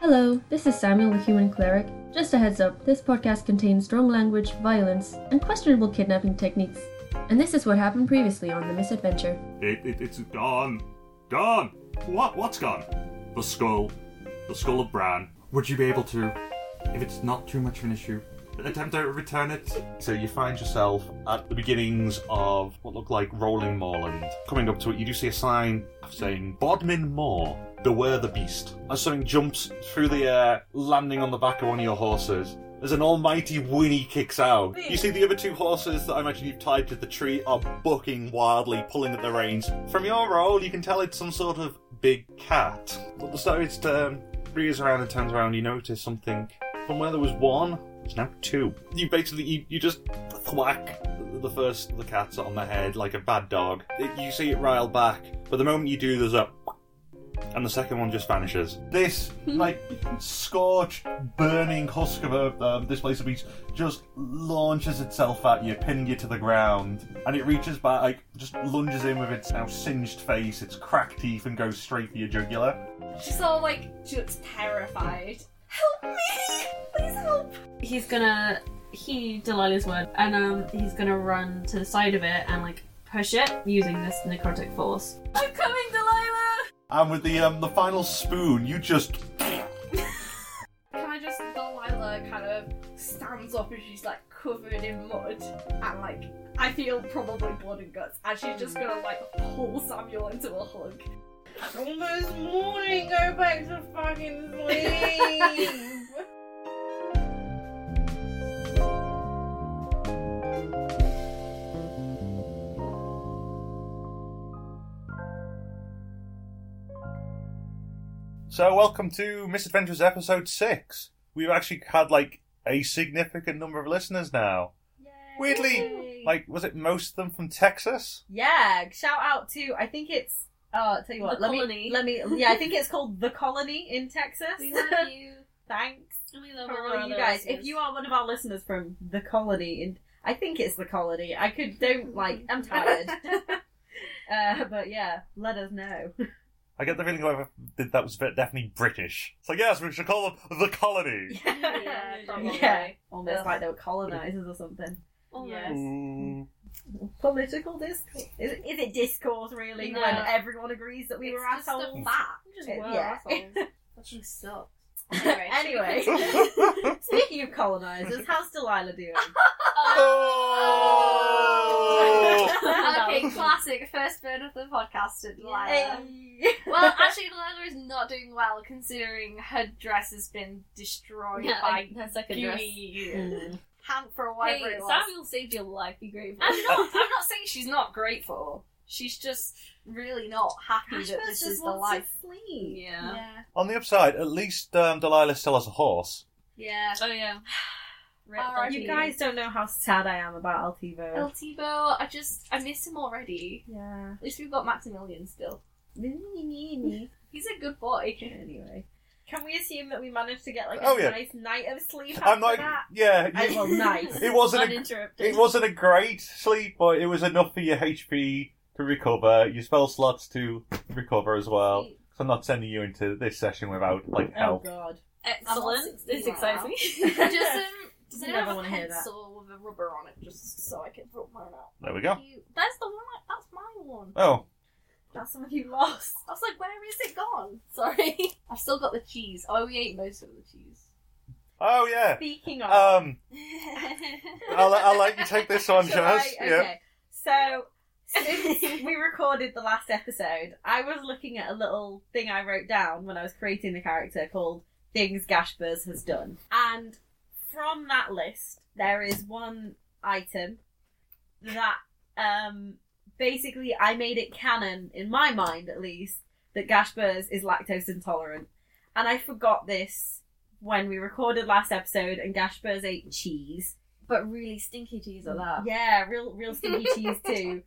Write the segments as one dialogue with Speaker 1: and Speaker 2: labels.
Speaker 1: Hello, this is Samuel the Human Cleric. Just a heads up, this podcast contains strong language, violence, and questionable kidnapping techniques. And this is what happened previously on The Misadventure.
Speaker 2: It, it, it's gone. Gone. What? What's gone? The skull. The skull of Bran.
Speaker 3: Would you be able to, if it's not too much of an issue, attempt to return it? So you find yourself at the beginnings of what look like rolling moorland. Coming up to it, you do see a sign saying Bodmin Moor. Beware the beast. As something jumps through the air, landing on the back of one of your horses, as an almighty whinny kicks out. You see the other two horses that I imagine you've tied to the tree are bucking wildly, pulling at the reins. From your roll, you can tell it's some sort of big cat. But the start of its turn, rears around and turns around, you notice something. From where there was one, there's now two. You basically, you, you just thwack the first of the cats on the head like a bad dog. It- you see it rail back, but the moment you do, there's a and the second one just vanishes. This like scorched, burning husk of a um, this place of beach just launches itself at you, pinning you to the ground, and it reaches back, like just lunges in with its now singed face, its cracked teeth, and goes straight for your jugular.
Speaker 4: She's all like, she looks terrified. Help me! Please help!
Speaker 5: He's gonna heed Delilah's word, and um, he's gonna run to the side of it and like push it using this necrotic force.
Speaker 4: I'm coming, Delilah!
Speaker 3: And with the um the final spoon, you just
Speaker 4: Can I just, Delilah kind of stands up and she's like covered in mud and like, I feel probably blood and guts, and she's just gonna like pull Samuel into a hug.
Speaker 6: It's almost morning. Go back to fucking sleep.
Speaker 3: So, welcome to Misadventures episode six. We've actually had like a significant number of listeners now. Weirdly, like, was it most of them from Texas?
Speaker 6: yeah. Shout out to I think it's. Oh, I'll tell you what.
Speaker 5: The
Speaker 6: let
Speaker 5: Colony.
Speaker 6: me. Let me. Yeah, I think it's called the Colony in Texas.
Speaker 5: We love you.
Speaker 6: Thanks
Speaker 5: And we
Speaker 6: for
Speaker 5: love all
Speaker 6: all
Speaker 5: our
Speaker 6: you
Speaker 5: other
Speaker 6: guys.
Speaker 5: listeners.
Speaker 6: If you are one of our listeners from the Colony, in I think it's the Colony. I could don't like. I'm tired. uh, but yeah, let us know.
Speaker 3: I get the feeling whoever did that was ve- definitely British. It's like, yes, we should call them the colony.
Speaker 5: Yeah, probably.
Speaker 6: Yeah. Almost
Speaker 4: Ugh.
Speaker 6: like they were colonizers or something.
Speaker 5: Almost.
Speaker 3: Mm. Ooh.
Speaker 6: political discourse. Is, is it discourse really
Speaker 5: No.
Speaker 6: when everyone agrees that we
Speaker 4: It's
Speaker 6: were
Speaker 4: just a
Speaker 6: assholes?
Speaker 4: fact.
Speaker 6: Just
Speaker 5: Well,
Speaker 6: yeah.
Speaker 5: assholes. Fucking sucks.
Speaker 6: anyway, speaking of colonizers, how's Delilah doing?
Speaker 3: Oh!
Speaker 4: okay, classic first burn of the podcast to Delilah.
Speaker 6: Hey.
Speaker 4: Well, actually, Delilah is not doing well considering her dress has been destroyed
Speaker 5: Yeah,
Speaker 4: by
Speaker 5: like, her second dress.
Speaker 4: gooey hamp for whatever
Speaker 5: Hey,
Speaker 4: it was.
Speaker 5: Samuel saved your life. Be grateful.
Speaker 4: I'm not, I'm not saying she's not grateful. She's just really not happy
Speaker 6: Ashworth
Speaker 4: that this
Speaker 6: just
Speaker 4: is the
Speaker 6: wants
Speaker 4: life.
Speaker 6: to sleep.
Speaker 5: Yeah.
Speaker 3: On the upside, at least um, Delilah still has a horse.
Speaker 4: Yeah.
Speaker 5: Oh yeah. Rip
Speaker 4: R.I.P.
Speaker 6: You guys don't know how sad I am about Altivo.
Speaker 4: El Tebow, I just, I miss him already.
Speaker 6: yeah.
Speaker 4: At least we've got Maximilian still. He's a good boy.
Speaker 6: anyway, can we assume that we managed to get like a
Speaker 3: Oh, yeah.
Speaker 6: nice night of sleep after
Speaker 3: I'm like,
Speaker 6: that?
Speaker 3: yeah,
Speaker 6: I, well, nice.
Speaker 3: it wasn't a
Speaker 5: uninterrupted.
Speaker 3: It wasn't a great sleep, but it was enough for your HP to recover, your spell slots to recover as well. So I'm not sending you into this session without like
Speaker 6: Oh
Speaker 3: help.
Speaker 6: god.
Speaker 5: Excellent. It's exciting.
Speaker 4: just, um, does
Speaker 6: You
Speaker 4: anyone
Speaker 6: never
Speaker 4: have a
Speaker 6: wanna hear that.
Speaker 4: pencil with a rubber on it just so I can rub mine out?
Speaker 3: There we go.
Speaker 4: You- That's the one, I- that's my one.
Speaker 3: Oh,
Speaker 6: That's something you lost.
Speaker 4: I was like, where is it gone? Sorry. I've still got the cheese. Oh, we ate most of the cheese.
Speaker 3: oh yeah.
Speaker 6: Speaking of,
Speaker 3: Um, I'll, uh, I'll let you take this one,
Speaker 6: Shall I?
Speaker 3: Jazz. Yeah.
Speaker 6: Okay. So since we recorded the last episode, I was looking at a little thing I wrote down when I was creating the character called Things Gashbers Has Done. And from that list, there is one item that um basically I made it canon, in my mind at least, that Gashbers is lactose intolerant. And I forgot this when we recorded last episode and Gashbers ate cheese.
Speaker 5: but really stinky cheese at that.
Speaker 6: Yeah, real real stinky cheese too.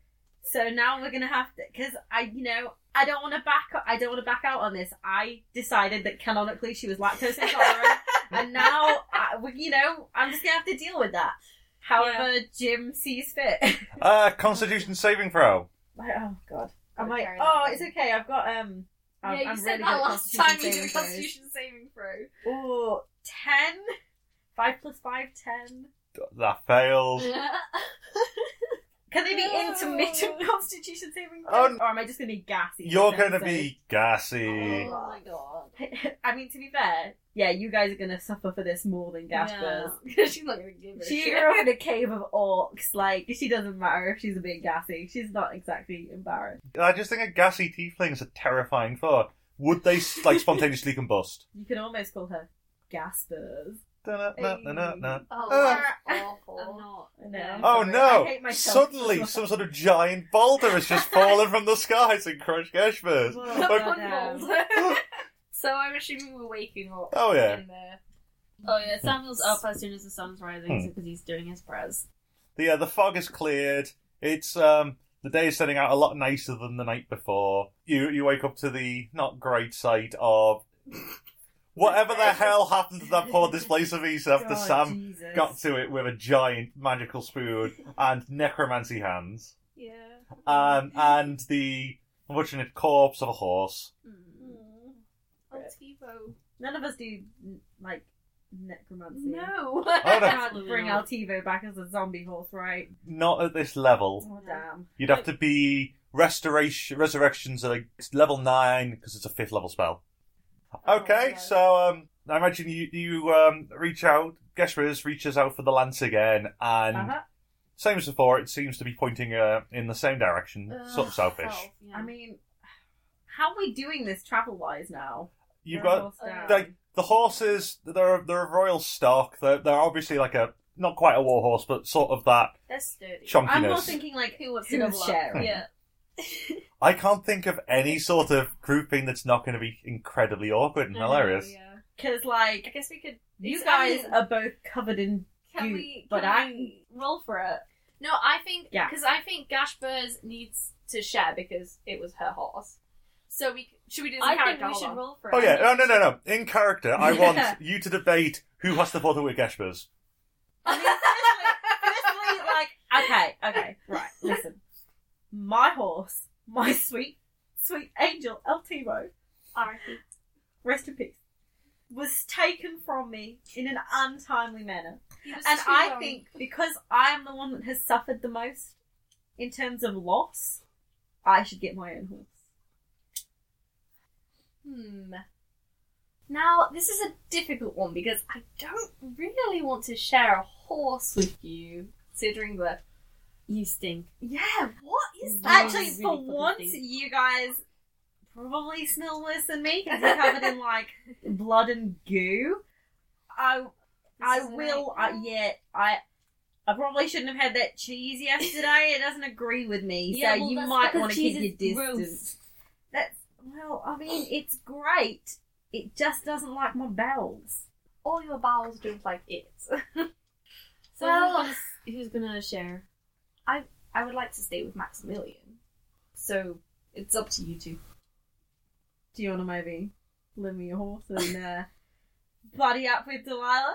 Speaker 6: So now we're gonna have to because I you know I don't want to back I don't want to back out on this. I decided that canonically she was lactose intolerant, and now, I, well, you know, I'm just gonna have to deal with that. However, Jim sees fit.
Speaker 3: Uh, Constitution saving throw.
Speaker 6: Like, oh god, I'm
Speaker 4: Gotta
Speaker 6: like,
Speaker 4: carry that
Speaker 6: oh,
Speaker 4: one.
Speaker 6: it's okay. I've got um. I'm,
Speaker 7: yeah, you
Speaker 6: I'm
Speaker 7: said
Speaker 6: really good
Speaker 7: that
Speaker 6: at
Speaker 7: last time you
Speaker 6: constitution
Speaker 7: did a
Speaker 6: saving
Speaker 7: constitution saving throw.
Speaker 6: throws. Ooh, 10? 5 plus 5, 10.
Speaker 3: That fails.
Speaker 4: Oh
Speaker 6: Can they be
Speaker 7: No.
Speaker 6: intermittent constitution saving
Speaker 3: Oh,
Speaker 6: throws? or am I just going to be gassy?
Speaker 3: You're
Speaker 6: for
Speaker 3: gonna
Speaker 6: episode?
Speaker 3: be gassy.
Speaker 4: Oh my god.
Speaker 6: I mean, to be fair, yeah, you guys are going to suffer for this more than Gaspers.
Speaker 7: She's not gonna give a
Speaker 6: She
Speaker 7: shit.
Speaker 6: grew up in a cave of orcs. Like, she doesn't matter if she's a bit gassy. She's not exactly embarrassed.
Speaker 3: I just think a gassy tiefling is a terrifying thought. Would they like spontaneously combust?
Speaker 6: You can almost call her Gaspers.
Speaker 3: Da-na-na-na-na-na.
Speaker 4: Oh,
Speaker 3: Uh.
Speaker 4: that's awful.
Speaker 7: I'm
Speaker 6: I know.
Speaker 3: Oh
Speaker 6: Sorry,
Speaker 3: no!
Speaker 6: I hate myself.
Speaker 3: Suddenly, some sort of giant boulder has just fallen from the sky to crush Geshbers.
Speaker 6: Whoa,
Speaker 3: Oh,
Speaker 6: goddamn.
Speaker 4: so I'm assuming we're waking up
Speaker 3: Oh, yeah.
Speaker 4: in there. Oh yeah, Samuel's up as soon as the sun's rising because he's doing his prayers.
Speaker 3: The uh, the fog is cleared. It's um the day is setting out a lot nicer than the night before. You you wake up to the not great sight of whatever the hell happened to that poor displacer visa after
Speaker 6: God,
Speaker 3: Sam
Speaker 6: Jesus.
Speaker 3: got to it with a giant magical spoon and necromancy hands.
Speaker 4: Yeah.
Speaker 3: Um and the unfortunate corpse of a horse.
Speaker 4: Hmm. Oh, Tivo.
Speaker 6: None of us do n- like necromancy.
Speaker 4: No.
Speaker 3: Oh no,
Speaker 6: Can't bring Altivo back as a zombie horse, right?
Speaker 3: not at this level.
Speaker 6: Oh damn!
Speaker 3: You'd have to be restoration resurrections at like it's level nine because it's a fifth level spell.
Speaker 6: Oh,
Speaker 3: Okay, so um, I imagine you you um, reach out. Geshwiz reaches out for the lance again, and
Speaker 6: Uh-huh.
Speaker 3: same as before, it seems to be pointing uh, in the same direction, sort of selfish.
Speaker 4: Oh,
Speaker 6: I mean, how are we doing this travel wise now?
Speaker 3: You've
Speaker 6: We're
Speaker 3: got
Speaker 6: almost down.
Speaker 3: like the horses. They're they're of royal stock. They're they're obviously like a not quite a war horse, but sort of that
Speaker 4: that's sturdy.
Speaker 3: chunkiness.
Speaker 6: I'm more thinking like
Speaker 4: Who wants to
Speaker 6: who's
Speaker 4: double up?
Speaker 6: sharing.
Speaker 4: Yeah.
Speaker 3: I can't think of any sort of grouping that's not going to be incredibly awkward
Speaker 6: Mm-hmm.
Speaker 3: and hilarious.
Speaker 4: Yeah.
Speaker 6: Because
Speaker 4: I
Speaker 6: like
Speaker 4: guess we could.
Speaker 6: you
Speaker 4: I
Speaker 6: guys
Speaker 4: mean,
Speaker 6: are both covered in
Speaker 4: Can
Speaker 6: goop,
Speaker 4: we?
Speaker 6: but
Speaker 4: can
Speaker 6: I'm
Speaker 4: we roll for it. No, I think
Speaker 6: Yeah.
Speaker 4: because I think Gashbers needs to share because it was her horse. So we should we do this
Speaker 7: I think
Speaker 4: character?
Speaker 7: we
Speaker 4: Hold
Speaker 7: should
Speaker 4: on.
Speaker 7: roll for
Speaker 3: Oh
Speaker 7: it.
Speaker 3: yeah, no, no, no, no. In character, I
Speaker 6: Yeah.
Speaker 3: want you to debate who has the photo with Geshbers.
Speaker 6: I mean, firstly, firstly, like, okay, okay, right, listen. My horse, my sweet, sweet angel, Altimo,
Speaker 4: R.I.P.
Speaker 6: rest in peace, was taken from me in an untimely manner.
Speaker 4: He was
Speaker 6: And
Speaker 4: too
Speaker 6: I
Speaker 4: young.
Speaker 6: think because I am the one that has suffered the most in terms of loss, I should get my own horse.
Speaker 4: Hmm. Now this is a difficult one because I don't really want to share a horse with you, considering that you stink.
Speaker 6: Yeah, what
Speaker 4: is that?
Speaker 6: Actually,
Speaker 4: Really
Speaker 6: for
Speaker 4: fucking
Speaker 6: once,
Speaker 4: tasty.
Speaker 6: you guys probably smell worse than me because you're covered in like blood and goo. I, I
Speaker 4: is
Speaker 6: will.
Speaker 4: right.
Speaker 6: I, yeah, I, I probably shouldn't have had that cheese yesterday. It doesn't agree with me,
Speaker 4: Yeah,
Speaker 6: so
Speaker 4: well,
Speaker 6: you
Speaker 4: that's
Speaker 6: might
Speaker 4: because
Speaker 6: want to keep your
Speaker 4: cheese is gross.
Speaker 6: distance. That's well. I mean, it's great. It just doesn't like my bowels.
Speaker 4: All your bowels don't like it. so
Speaker 7: Well-
Speaker 4: who's, gonna, who's gonna share? I I would like to stay with Maximilian. So it's up to you two.
Speaker 6: Do you want a maybe lend me your horse and uh, buddy up with Delilah?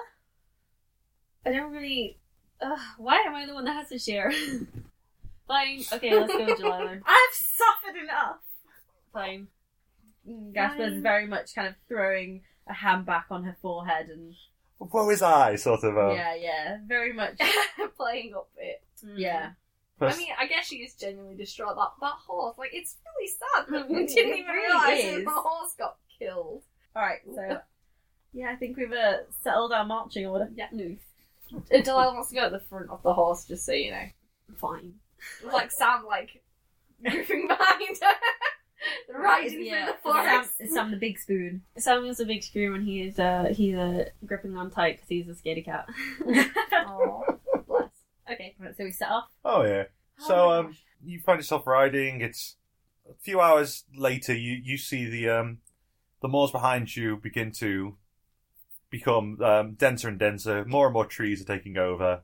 Speaker 4: I don't really. Ugh, why am I the one that has to share? Fine. Okay, let's go, Delilah.
Speaker 6: I've suffered enough.
Speaker 4: Fine.
Speaker 6: Gasper's
Speaker 4: Fine.
Speaker 6: very much kind of throwing a hand back on her forehead and
Speaker 3: Woe is I, sort of. Um,
Speaker 6: yeah, yeah, very much.
Speaker 4: Playing up it.
Speaker 6: Yeah,
Speaker 4: Mm-hmm. I
Speaker 3: pers-
Speaker 4: mean, I guess she is genuinely distraught. That that horse, like, it's really sad that we
Speaker 6: It
Speaker 4: didn't even
Speaker 6: really
Speaker 4: realize that
Speaker 6: is.
Speaker 4: the horse got killed.
Speaker 6: all right. So yeah, I think we've uh, settled our marching order.
Speaker 4: Yeah. No. Uh, Delilah wants to go at the front of the horse, just so you know. Fine. Like Sam, like goofing behind her, riding
Speaker 7: Yeah.
Speaker 4: through the
Speaker 6: Sam,
Speaker 4: forest.
Speaker 6: Sam the big spoon.
Speaker 4: Samuel's a big scream, and he is uh he's uh gripping on tight because he's a scaredy cat. Oh, bless. Okay.
Speaker 6: Right, so we set off.
Speaker 3: Oh yeah. So um, you find yourself riding. It's a few hours later. You you see the um, the moors behind you begin to become um, denser and denser. More and more trees are taking over,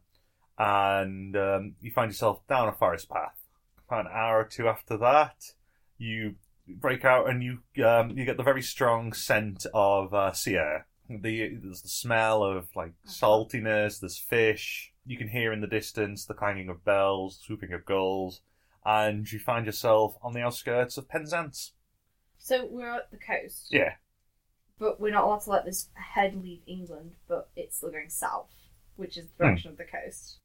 Speaker 3: and um, you find yourself down a forest path. About an hour or two after that, you break out and you um, you get the very strong scent of uh, sea air. The there's the smell of like
Speaker 6: Uh-huh.
Speaker 3: saltiness. There's fish. You can hear in the distance the clanging of bells, swooping of gulls, and you find yourself on the outskirts of Penzance.
Speaker 4: So we're at the coast,
Speaker 3: Yeah,
Speaker 4: but we're not allowed to let this head leave England, but it's still going south, which is
Speaker 3: Hmm.
Speaker 4: the direction of the coast.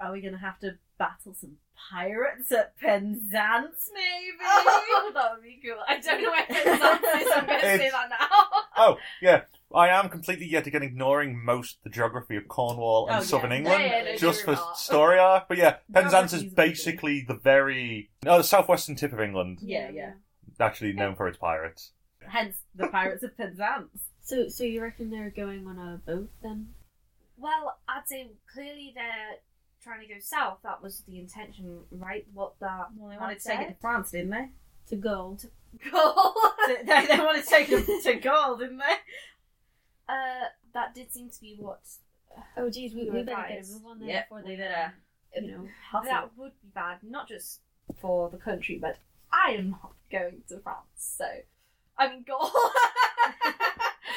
Speaker 6: Are we gonna have to battle some pirates at Penzance, maybe?
Speaker 4: Oh, that would be cool. I don't know where Penzance is. I'm going to say
Speaker 3: It's-
Speaker 4: that now.
Speaker 3: Oh, yeah. I am completely yet again ignoring most of the geography of Cornwall and
Speaker 6: Oh, yeah.
Speaker 3: southern
Speaker 6: Yeah,
Speaker 3: England
Speaker 4: yeah, no,
Speaker 3: just
Speaker 4: you're
Speaker 3: for
Speaker 4: not.
Speaker 3: story arc. But yeah,
Speaker 6: Not
Speaker 3: Penzance
Speaker 6: much
Speaker 3: is
Speaker 6: easier to do.
Speaker 3: basically the very no, the southwestern tip of England,
Speaker 6: yeah, yeah.
Speaker 3: actually known for its pirates.
Speaker 6: Hence the pirates of Penzance.
Speaker 5: So, so you reckon they're going on a boat then?
Speaker 4: Well, I'd say clearly they're trying to go south. That was the intention, right? What that
Speaker 6: Well, they wanted to take it to France, didn't they?
Speaker 5: To go?
Speaker 4: goal.
Speaker 6: they, they- they wanted to take it to Gaul, didn't they?
Speaker 4: uh, that did seem to be what
Speaker 5: Oh, geez, we, we better get a
Speaker 4: Right.
Speaker 5: move on there
Speaker 6: Yeah,
Speaker 5: before
Speaker 6: we
Speaker 5: they
Speaker 6: better.
Speaker 5: You know,
Speaker 4: that would be bad, not just for the country, but I am not going to France, so I mean Gaul.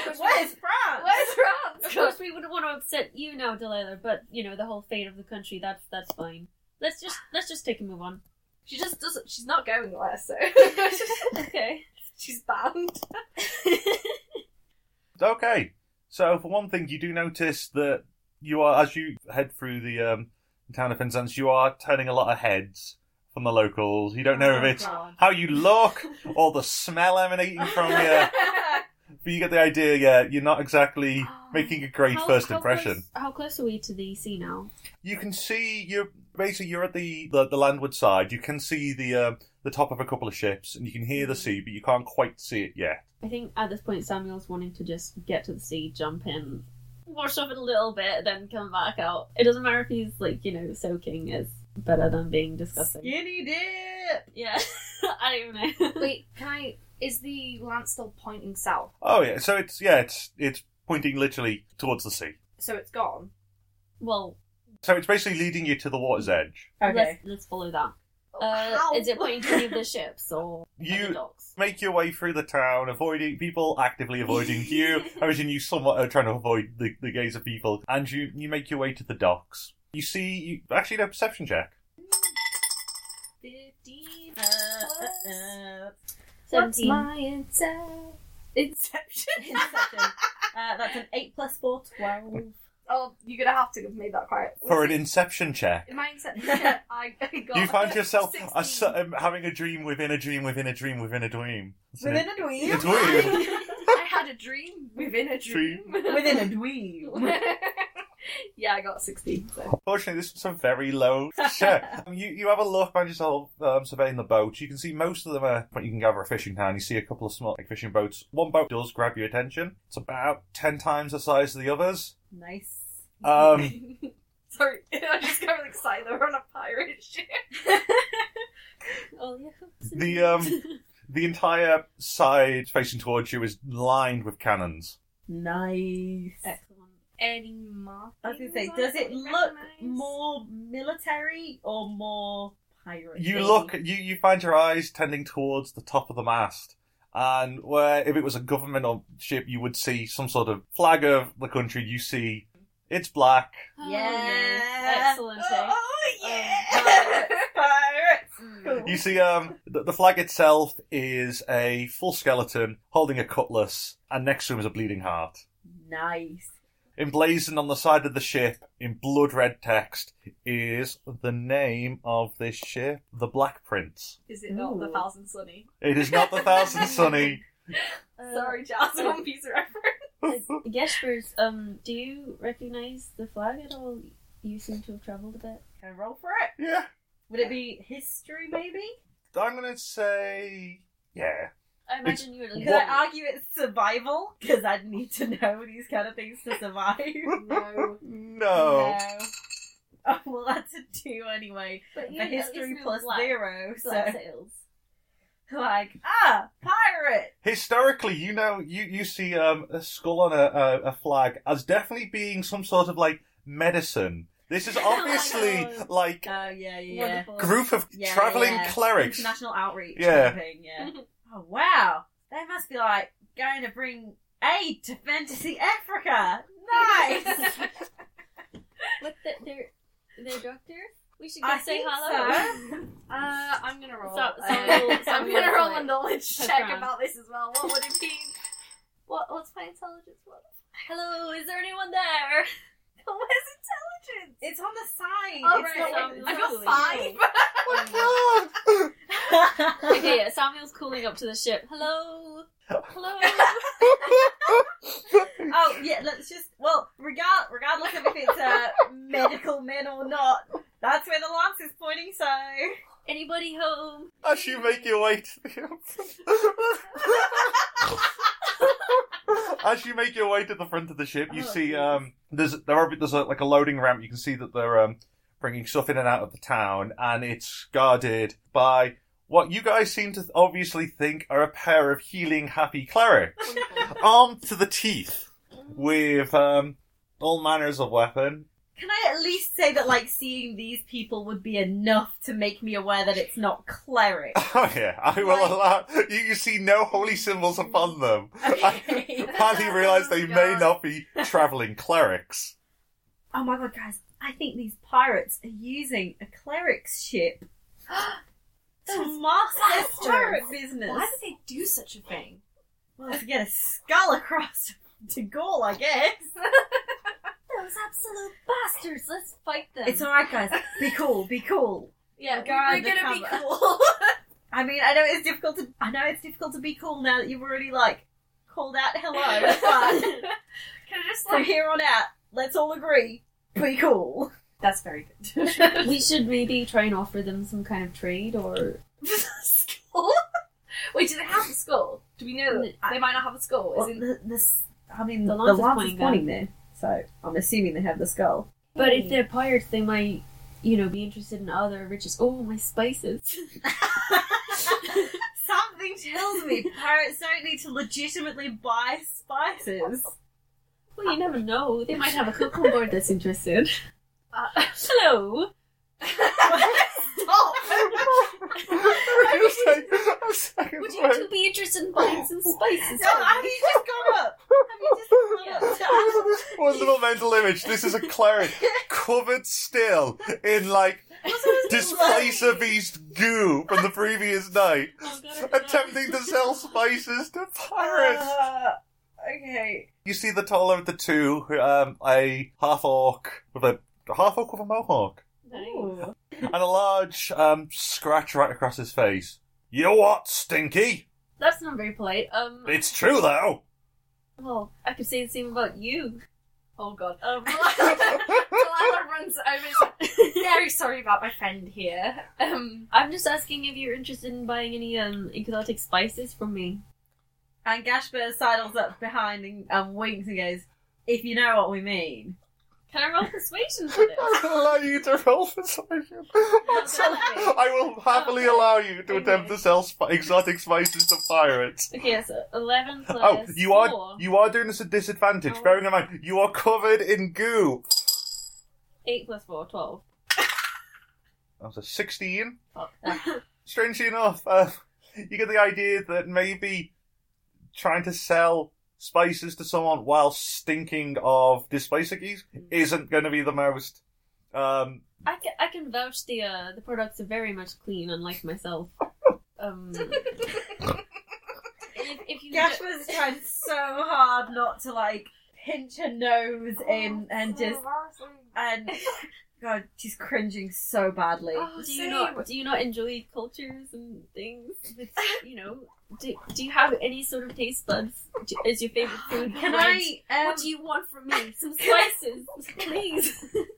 Speaker 6: Where's France?
Speaker 4: Where's France?
Speaker 5: Of course, we wouldn't want to upset you now, Delilah. But you know, the whole fate of the country—that's that's fine. Let's just let's just take a move on.
Speaker 4: She just doesn't. She's not going there, so
Speaker 5: Okay.
Speaker 4: she's banned.
Speaker 3: Okay. So for one thing, you do notice that you are as you head through the um, town of Penzance, you are turning a lot of heads from the locals. You don't know
Speaker 5: Oh,
Speaker 3: if it's how you look or the smell emanating from you, but you get the idea. Yeah, you're not exactly making a great
Speaker 5: Oh, How-
Speaker 3: first
Speaker 5: how
Speaker 3: impression.
Speaker 5: Close, how close are we to the sea now?
Speaker 3: you can see you're basically you're at the, the, the landward side. You can see the uh, the top of a couple of ships, and you can hear the
Speaker 5: Hmm.
Speaker 3: sea, but you can't quite see it yet.
Speaker 5: I think at this point Samuel's wanting to just get to the sea, jump in, wash off it a little bit, then come back out. It doesn't matter if he's like you know soaking. It's better than being disgusting.
Speaker 6: Skinny dip.
Speaker 5: Yeah, I don't know.
Speaker 4: Wait, can I? Is the lance still pointing south?
Speaker 3: Oh yeah, so it's yeah, it's it's pointing literally towards the sea.
Speaker 4: So it's gone.
Speaker 5: well,
Speaker 3: So it's basically leading you to the water's edge.
Speaker 5: let's, let's follow that. Uh,
Speaker 4: Oh, How?
Speaker 5: is it pointing to any of the ships or at the
Speaker 3: You
Speaker 5: docks?
Speaker 3: make your way through the town, avoiding people, actively avoiding you. I imagine you somewhat are trying to avoid the, the gaze of people, and you you make your way to the docks. You see, you actually no perception check.
Speaker 4: Fifteen.
Speaker 6: Uh, uh, uh,
Speaker 4: What's
Speaker 5: 17.
Speaker 4: my intel?
Speaker 6: Inception. Inception. Uh, that's an 8 plus 4, 12.
Speaker 4: Oh, you're gonna have to have made that quiet.
Speaker 3: For an inception check.
Speaker 4: my inception, I, I
Speaker 5: Oh
Speaker 4: got.
Speaker 3: you find yourself a,
Speaker 4: 16.
Speaker 3: um, having a dream within a dream within a dream within a dream. That's it.
Speaker 6: Within a dweeb.
Speaker 3: A dweeb.
Speaker 4: I had a dream within a dream.
Speaker 6: Within a dweeb.
Speaker 4: yeah, I got sixteen. So.
Speaker 3: Unfortunately, this was a very low check. Um, you, you have a look, find yourself um, surveying the boats. You can see most of them are, but you can gather a fishing town. You see a couple of small like, fishing boats. One boat does grab your attention. It's about 10 times the size of the others.
Speaker 6: Nice.
Speaker 3: Um,
Speaker 4: Sorry, I just got really excited. They were on a pirate ship.
Speaker 5: Oh, yeah.
Speaker 3: the, um, the entire side facing towards you is lined with cannons.
Speaker 6: Nice.
Speaker 5: Excellent.
Speaker 4: Any mark?
Speaker 6: I was going to say, does it look more military or more pirate?
Speaker 3: you look you, you find your eyes tending towards the top of the mast and where if it was a government or ship you would see some sort of flag of the country you see it's black
Speaker 5: Oh,
Speaker 6: Yeah.
Speaker 5: Excellent. eh? Mm.
Speaker 6: Oh, yeah! Pirates!
Speaker 3: you see um the, the flag itself is a full skeleton holding a cutlass and next to him is a bleeding heart
Speaker 6: Nice.
Speaker 3: emblazoned on the side of the ship in blood red text is the name of this ship the black prince
Speaker 4: Is it not the
Speaker 6: Ooh.
Speaker 4: Thousand Sunny?
Speaker 3: it is not the thousand sunny
Speaker 5: Uh,
Speaker 4: Sorry, Jazz, One Piece reference.
Speaker 5: Gespers, um, do you recognise the flag at all? You seem to have travelled a bit.
Speaker 6: Can I roll for it?
Speaker 3: yeah
Speaker 6: Would it be history, maybe?
Speaker 3: i'm gonna say yeah
Speaker 5: I imagine you at least.
Speaker 6: Could I argue it's survival? Because I'd need to know these kind of things to survive.
Speaker 4: No.
Speaker 3: No.
Speaker 6: No. Oh, well, that's a two anyway.
Speaker 5: But
Speaker 6: A history plus zero, so
Speaker 5: sales.
Speaker 6: like ah, pirate.
Speaker 3: Historically, you know, you, you see um, a skull on a, a, a flag as definitely being some sort of like medicine. This is obviously
Speaker 5: God.
Speaker 3: like
Speaker 6: Oh yeah, yeah, yeah.
Speaker 5: Wonderful.
Speaker 3: group of
Speaker 6: Yeah,
Speaker 3: traveling
Speaker 6: yeah.
Speaker 3: clerics.
Speaker 6: International outreach.
Speaker 3: Yeah.
Speaker 6: Yeah, thing, yeah. oh wow, they must be like going to bring Aid to Fantasy Africa. Nice.
Speaker 5: What the, their their doctor? We should go
Speaker 6: I
Speaker 5: say
Speaker 6: think
Speaker 5: hello.
Speaker 6: so.
Speaker 7: Uh, I'm gonna roll.
Speaker 5: So- so-
Speaker 7: Uh,
Speaker 5: so
Speaker 7: I'm
Speaker 5: we'll
Speaker 7: gonna roll
Speaker 5: play.
Speaker 7: a knowledge
Speaker 5: Check
Speaker 7: check
Speaker 5: round.
Speaker 7: about this as well. What would it be?
Speaker 5: What, what's my intelligence? What? Hello, is there anyone there?
Speaker 6: It's on the side.
Speaker 5: Oh,
Speaker 6: it's
Speaker 5: right,
Speaker 6: not-
Speaker 5: um,
Speaker 6: I got
Speaker 5: lovely.
Speaker 6: five.
Speaker 5: okay, yeah, Samuel's calling up to the ship. Hello, hello.
Speaker 6: Oh yeah, let's just well, regard regardless of if it's a medical men or not, that's where the lance is pointing. So
Speaker 5: Anybody home?
Speaker 3: As you make your way to As you make your way to the front of the ship, you
Speaker 6: Oh,
Speaker 3: see
Speaker 6: geez.
Speaker 3: um, there's there are there's a, like a loading ramp. You can see that they're um, bringing stuff in and out of the town, and it's guarded by what you guys seem to obviously think are a pair of healing happy clerics, armed to the teeth with um, all manners of weapon.
Speaker 6: can I at least say that like seeing these people would be enough to make me aware that it's not cleric?
Speaker 3: Oh yeah, I will allow. You, you see no holy symbols upon them.
Speaker 6: Okay.
Speaker 3: Hardly realised they may not be travelling clerics.
Speaker 6: oh my god, guys! I think these pirates are using a cleric's ship to mask their
Speaker 7: bastards.
Speaker 6: pirate business.
Speaker 7: Why did they do such a thing?
Speaker 6: Well, to get a skull across to Gaul, I guess.
Speaker 4: Those absolute bastards! Let's fight them.
Speaker 6: It's alright, guys. Be cool. Be cool.
Speaker 5: Oh
Speaker 4: yeah,
Speaker 6: Go
Speaker 4: we're
Speaker 6: under
Speaker 4: gonna be
Speaker 6: cover.
Speaker 4: cool.
Speaker 6: I mean, I know it's difficult to. I know it's difficult to be cool now that you've already like called out hello. But
Speaker 7: Can I just
Speaker 6: from
Speaker 7: like?
Speaker 6: here on out, let's all agree: be cool.
Speaker 7: That's very good.
Speaker 5: We should maybe try and offer them some kind of trade, or
Speaker 7: school? Wait, do they have a school? Do we know that they might not have a school?
Speaker 6: Well,
Speaker 7: Is it?
Speaker 6: the- this- I mean,
Speaker 5: The
Speaker 6: the,
Speaker 5: lance is
Speaker 6: lance
Speaker 5: pointing
Speaker 6: is pointing there, so I'm assuming they have the skull.
Speaker 5: but if they're pirates, they might, you know, be interested in other riches. Oh, my spices.
Speaker 6: Something tells me pirates don't need to legitimately buy spices.
Speaker 5: Well, you never know. They might have a cook on board that's interested. Uh, hello. Oh,
Speaker 3: I'm saying- I'm saying
Speaker 5: Would
Speaker 3: it's
Speaker 5: you
Speaker 3: like-
Speaker 5: two be interested in buying some spices?
Speaker 6: No, have you just gone up? Have you just gone up?
Speaker 3: Wonderful mental image. This is a cleric covered still in like displacer-based goo from the previous night,
Speaker 5: Oh,
Speaker 3: attempting to sell spices to pirates.
Speaker 6: Uh, okay.
Speaker 3: You see the taller of the two, um, a half orc with a half orc with a mohawk and a large um, scratch right across his face. You know what, Stinky?
Speaker 5: That's not very polite. Um,
Speaker 3: It's true though.
Speaker 5: well, I could say the same about you.
Speaker 7: Oh god.
Speaker 5: Um,
Speaker 7: Delilah runs over. and is like, Very sorry about my friend here. Um,
Speaker 5: I'm just asking if you're interested in buying any um exotic spices from me.
Speaker 6: And Gashbert sidles up behind and, and winks and goes, "If you know what we mean."
Speaker 5: Can I roll persuasion for this?
Speaker 3: I will allow you to roll persuasion.
Speaker 5: So-
Speaker 3: I will happily allow you to attempt to sell sp- exotic spices to pirates.
Speaker 5: Okay, so eleven plus.
Speaker 3: Oh, you are
Speaker 5: four,
Speaker 3: you are doing this at disadvantage.
Speaker 5: Oh.
Speaker 3: Bearing in mind, you are covered in goo.
Speaker 5: eight plus four, twelve.
Speaker 3: That was a sixteen.
Speaker 5: Oh.
Speaker 3: Strangely enough, uh, you get the idea that maybe trying to sell spices to someone while stinking of displacer keys isn't going to be the most um,
Speaker 5: I can, I can vouch the uh, the products are very much clean, unlike myself. Um, if, if you
Speaker 6: Gashbert's trying so hard not to like pinch her nose in
Speaker 5: Oh,
Speaker 6: and just and God, she's cringing so badly.
Speaker 5: do you not do you not enjoy cultures and things with you know do, do you have any sort of taste buds Do- is your favorite food
Speaker 6: Can
Speaker 5: bread?
Speaker 6: I? Um,
Speaker 5: what do you want from me some spices please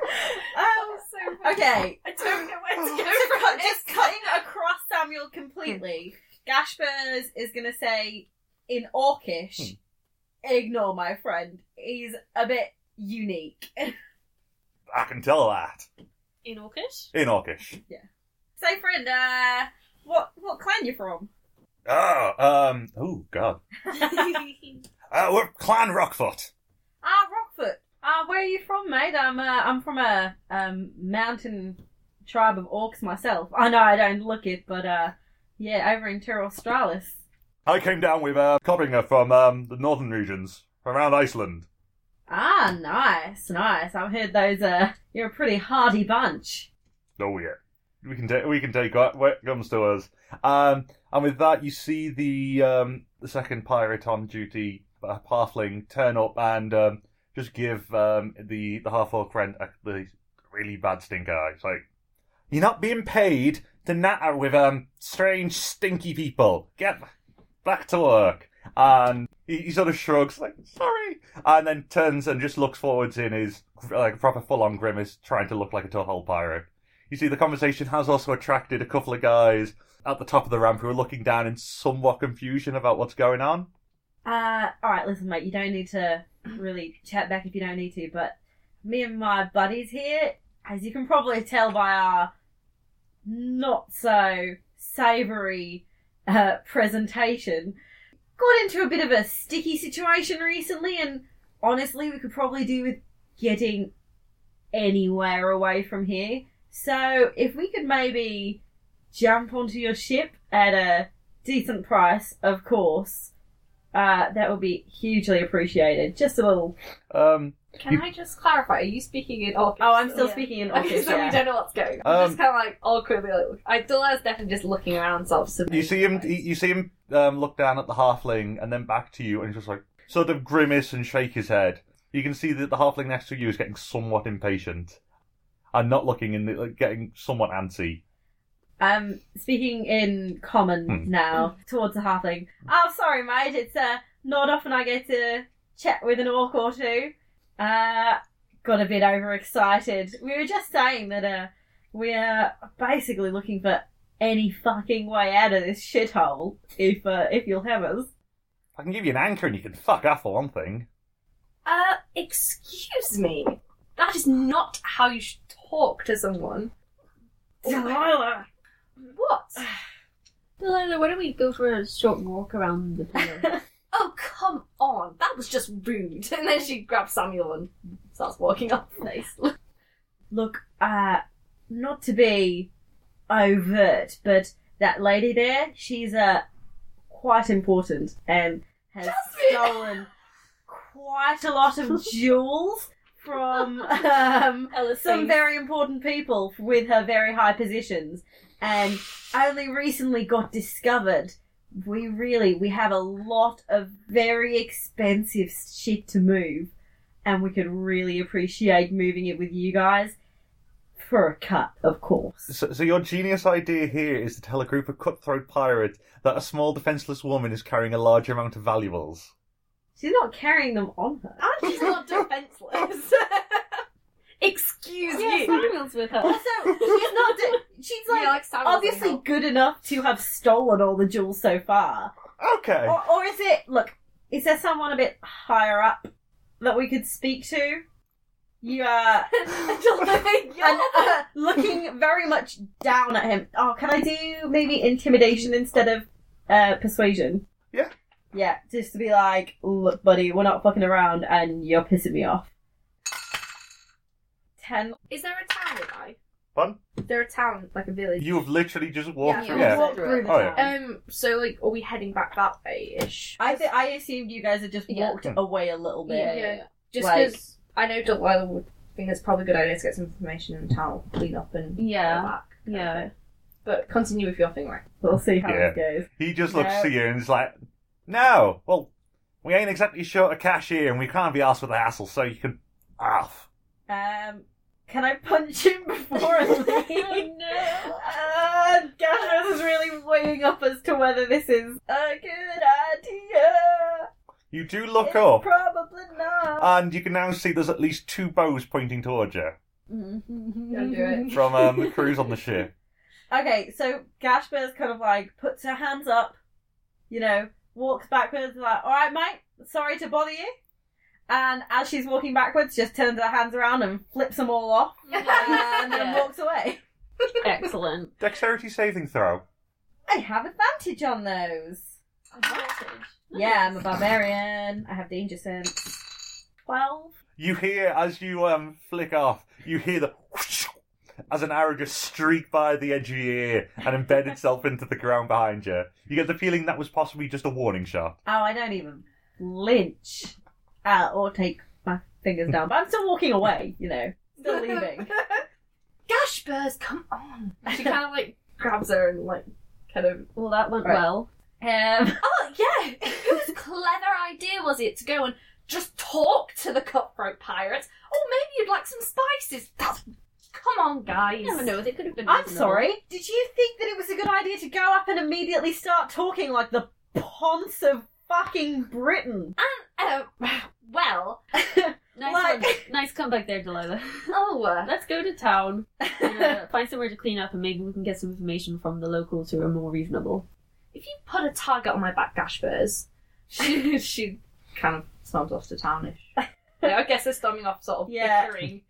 Speaker 6: um, okay.
Speaker 7: I don't know where
Speaker 4: Oh.
Speaker 7: to go.
Speaker 6: Just cut- just cutting across Samuel completely. Gashbers is gonna say in Orcish, ignore my friend. He's a bit unique.
Speaker 3: I can tell that
Speaker 5: in orcish
Speaker 3: in Orcish.
Speaker 6: Say, friend, uh, what what clan you from?
Speaker 3: Oh, um, oh god, uh, we're Clan Rockfoot.
Speaker 6: Ah, Rockfoot. Ah, where are you from, mate? I'm uh, I'm from a um mountain tribe of orcs myself. I know I don't look it, but uh, yeah, over in Terra Australis.
Speaker 3: I came down with uh, Cobringer from um, the northern regions, from around Iceland.
Speaker 6: Ah, nice, nice. I've heard those. Uh, you're a pretty hardy bunch.
Speaker 3: Oh yeah, we can take we can take what what comes to us. Um, and with that, you see the um, the second pirate on duty, uh, halfling, turn up and um, just give um, the the half orc rent a the really bad stink eye. It's like you're not being paid to natter with um strange stinky people. Get back to work. And he, he sort of shrugs like sorry, and then turns and just looks forwards in his like proper full on grimace, trying to look like a total pirate. You see, the conversation has also attracted a couple of guys at the top of the ramp who are looking down in somewhat confusion about what's going on.
Speaker 6: Uh, all right, listen, mate. You don't need to really chat back if you don't need to. But me and my buddies here, as you can probably tell by our not so savoury uh, presentation, got into a bit of a sticky situation recently. And honestly, we could probably do with getting anywhere away from here. So if we could maybe jump onto your ship at a decent price, of course, uh, that would be hugely appreciated. Just a little.
Speaker 3: Um,
Speaker 4: Can
Speaker 3: You-
Speaker 4: I just clarify? Are you speaking in Orcish?
Speaker 6: Oh, I'm still
Speaker 4: Yeah.
Speaker 6: speaking in
Speaker 4: Okay,
Speaker 6: Orcish.
Speaker 4: so we
Speaker 6: yeah.
Speaker 4: don't know what's going on. I'm
Speaker 3: Um,
Speaker 4: just kind of like awkwardly like, I Dola's definitely just looking around self
Speaker 3: you see him. You see him um, look down at the halfling and then back to you, and he's just like sort of grimace and shake his head. You can see that the halfling next to you is getting somewhat impatient and not looking in, the, like, getting somewhat antsy.
Speaker 6: Um, speaking in common
Speaker 3: Hmm.
Speaker 6: now towards the halfling. Oh, sorry, mate. It's uh, not often I get to chat with an orc or two. Uh, got a bit overexcited. We were just saying that uh, we're basically looking for any fucking way out of this shithole. If uh, if you'll have us.
Speaker 3: I can give you an anchor, and you can fuck off for one thing.
Speaker 4: Uh, excuse me. That is not how you should talk to someone.
Speaker 6: Delilah.
Speaker 4: What?
Speaker 5: Delilah, why don't we go for a short walk around the pier?
Speaker 4: Oh, come on. That was just rude. And then she grabs Samuel and starts walking off. Nice.
Speaker 6: Look, uh, not to be overt, but that lady there, she's uh, quite important and has stolen quite a lot of jewels from um, some very important people with her very high positions, and only recently got discovered. We really we have a lot of very expensive shit to move, and we could really appreciate moving it with you guys for a cut, of course.
Speaker 3: So, so your genius idea here is to tell a group of cutthroat pirates that a small defenseless woman is carrying a large amount of valuables.
Speaker 6: She's not carrying them on her.
Speaker 4: And she's not defenseless. Excuse
Speaker 5: yeah,
Speaker 4: you.
Speaker 5: Samuel's with her.
Speaker 6: Also, she's not. do- she's like,
Speaker 4: Yeah, like Samuel's
Speaker 6: obviously
Speaker 4: help.
Speaker 6: good enough to have stolen all the jewels so far.
Speaker 3: Okay.
Speaker 6: Or, or is it? Look, is there someone a bit higher up that we could speak to? You are and, uh, looking very much down at him. Oh, can I do maybe intimidation instead of uh, persuasion?
Speaker 3: Yeah.
Speaker 6: Yeah, just to be like, look, buddy, we're not fucking around, and you're pissing me off. Ten.
Speaker 4: Is there a town nearby?
Speaker 3: Pardon?
Speaker 4: Is there a town, like a village?
Speaker 3: You've literally just walked
Speaker 4: Yeah.
Speaker 3: through. Yeah.
Speaker 6: Walk through the
Speaker 3: Oh, yeah.
Speaker 6: town.
Speaker 4: Um, so like, are we heading back that way ish?
Speaker 6: I th- I assumed you guys had just
Speaker 4: Yeah.
Speaker 6: walked away a little bit.
Speaker 4: Yeah, yeah. Uh, Just
Speaker 6: Like-
Speaker 4: because I know Delilah would think it's probably a good idea to get some information and towel clean up and go
Speaker 5: Yeah,
Speaker 4: back.
Speaker 5: yeah.
Speaker 4: But continue with your thing, right?
Speaker 6: We'll see how
Speaker 3: Yeah.
Speaker 6: this goes.
Speaker 3: He just looks
Speaker 6: No.
Speaker 3: to you and is like, "No, well, we ain't exactly short of cash here, and we can't be asked for the hassle, so you can off."
Speaker 6: Um, can I punch him before I leave?
Speaker 5: Oh, no.
Speaker 6: Uh, Gashras is really weighing up as to whether this is a good idea.
Speaker 3: You do look
Speaker 6: It's
Speaker 3: up,
Speaker 6: Probably not.
Speaker 3: and you can now see there's at least two bows pointing towards you
Speaker 5: Don't
Speaker 4: do it.
Speaker 3: from um, the crews on the ship.
Speaker 6: Okay, so Gashbear's kind of like puts her hands up, you know, walks backwards, like, all right, mate, sorry to bother you. And as she's walking backwards, just turns her hands around and flips them all off,
Speaker 5: Mm-hmm.
Speaker 6: and then
Speaker 5: Yeah.
Speaker 6: walks away.
Speaker 5: Excellent.
Speaker 3: Dexterity saving throw.
Speaker 6: I have advantage on those.
Speaker 5: Advantage.
Speaker 6: Yeah, I'm a barbarian. I have danger sense. Twelve.
Speaker 3: You hear as you um, flick off, you hear the whoosh as an arrow just streaked by the edge of your ear and embed itself into the ground behind you. You get the feeling that was possibly just a warning shot.
Speaker 6: Oh, I don't even flinch uh, or take my fingers down, but I'm still walking away, you know, still leaving.
Speaker 4: Gosh, Burrs, come on.
Speaker 7: She kind of like grabs her and like kind of
Speaker 5: Well, that went
Speaker 6: Right.
Speaker 5: well.
Speaker 6: Um,
Speaker 4: Oh, yeah. Whose clever idea was it to go and just talk to the cutthroat pirates? Oh, maybe you'd like some spices. That's... Come on, guys.
Speaker 5: You never know. They could have been.
Speaker 6: I'm
Speaker 5: reasonable.
Speaker 6: sorry. Did you think that it was a good idea to go up and immediately start talking like the Ponce of fucking Britain?
Speaker 4: And, uh, well,
Speaker 5: Nice,
Speaker 6: Like-
Speaker 5: one. nice comeback there, Delilah.
Speaker 4: oh, uh,
Speaker 5: Let's go to town. Uh, find somewhere to clean up, and maybe we can get some information from the locals who are more reasonable.
Speaker 4: if you put a target on my back, Gosh, Burrs.
Speaker 7: she she kind of storms off to townish. yeah, I guess they're storming off sort of
Speaker 6: Yeah.
Speaker 7: bickering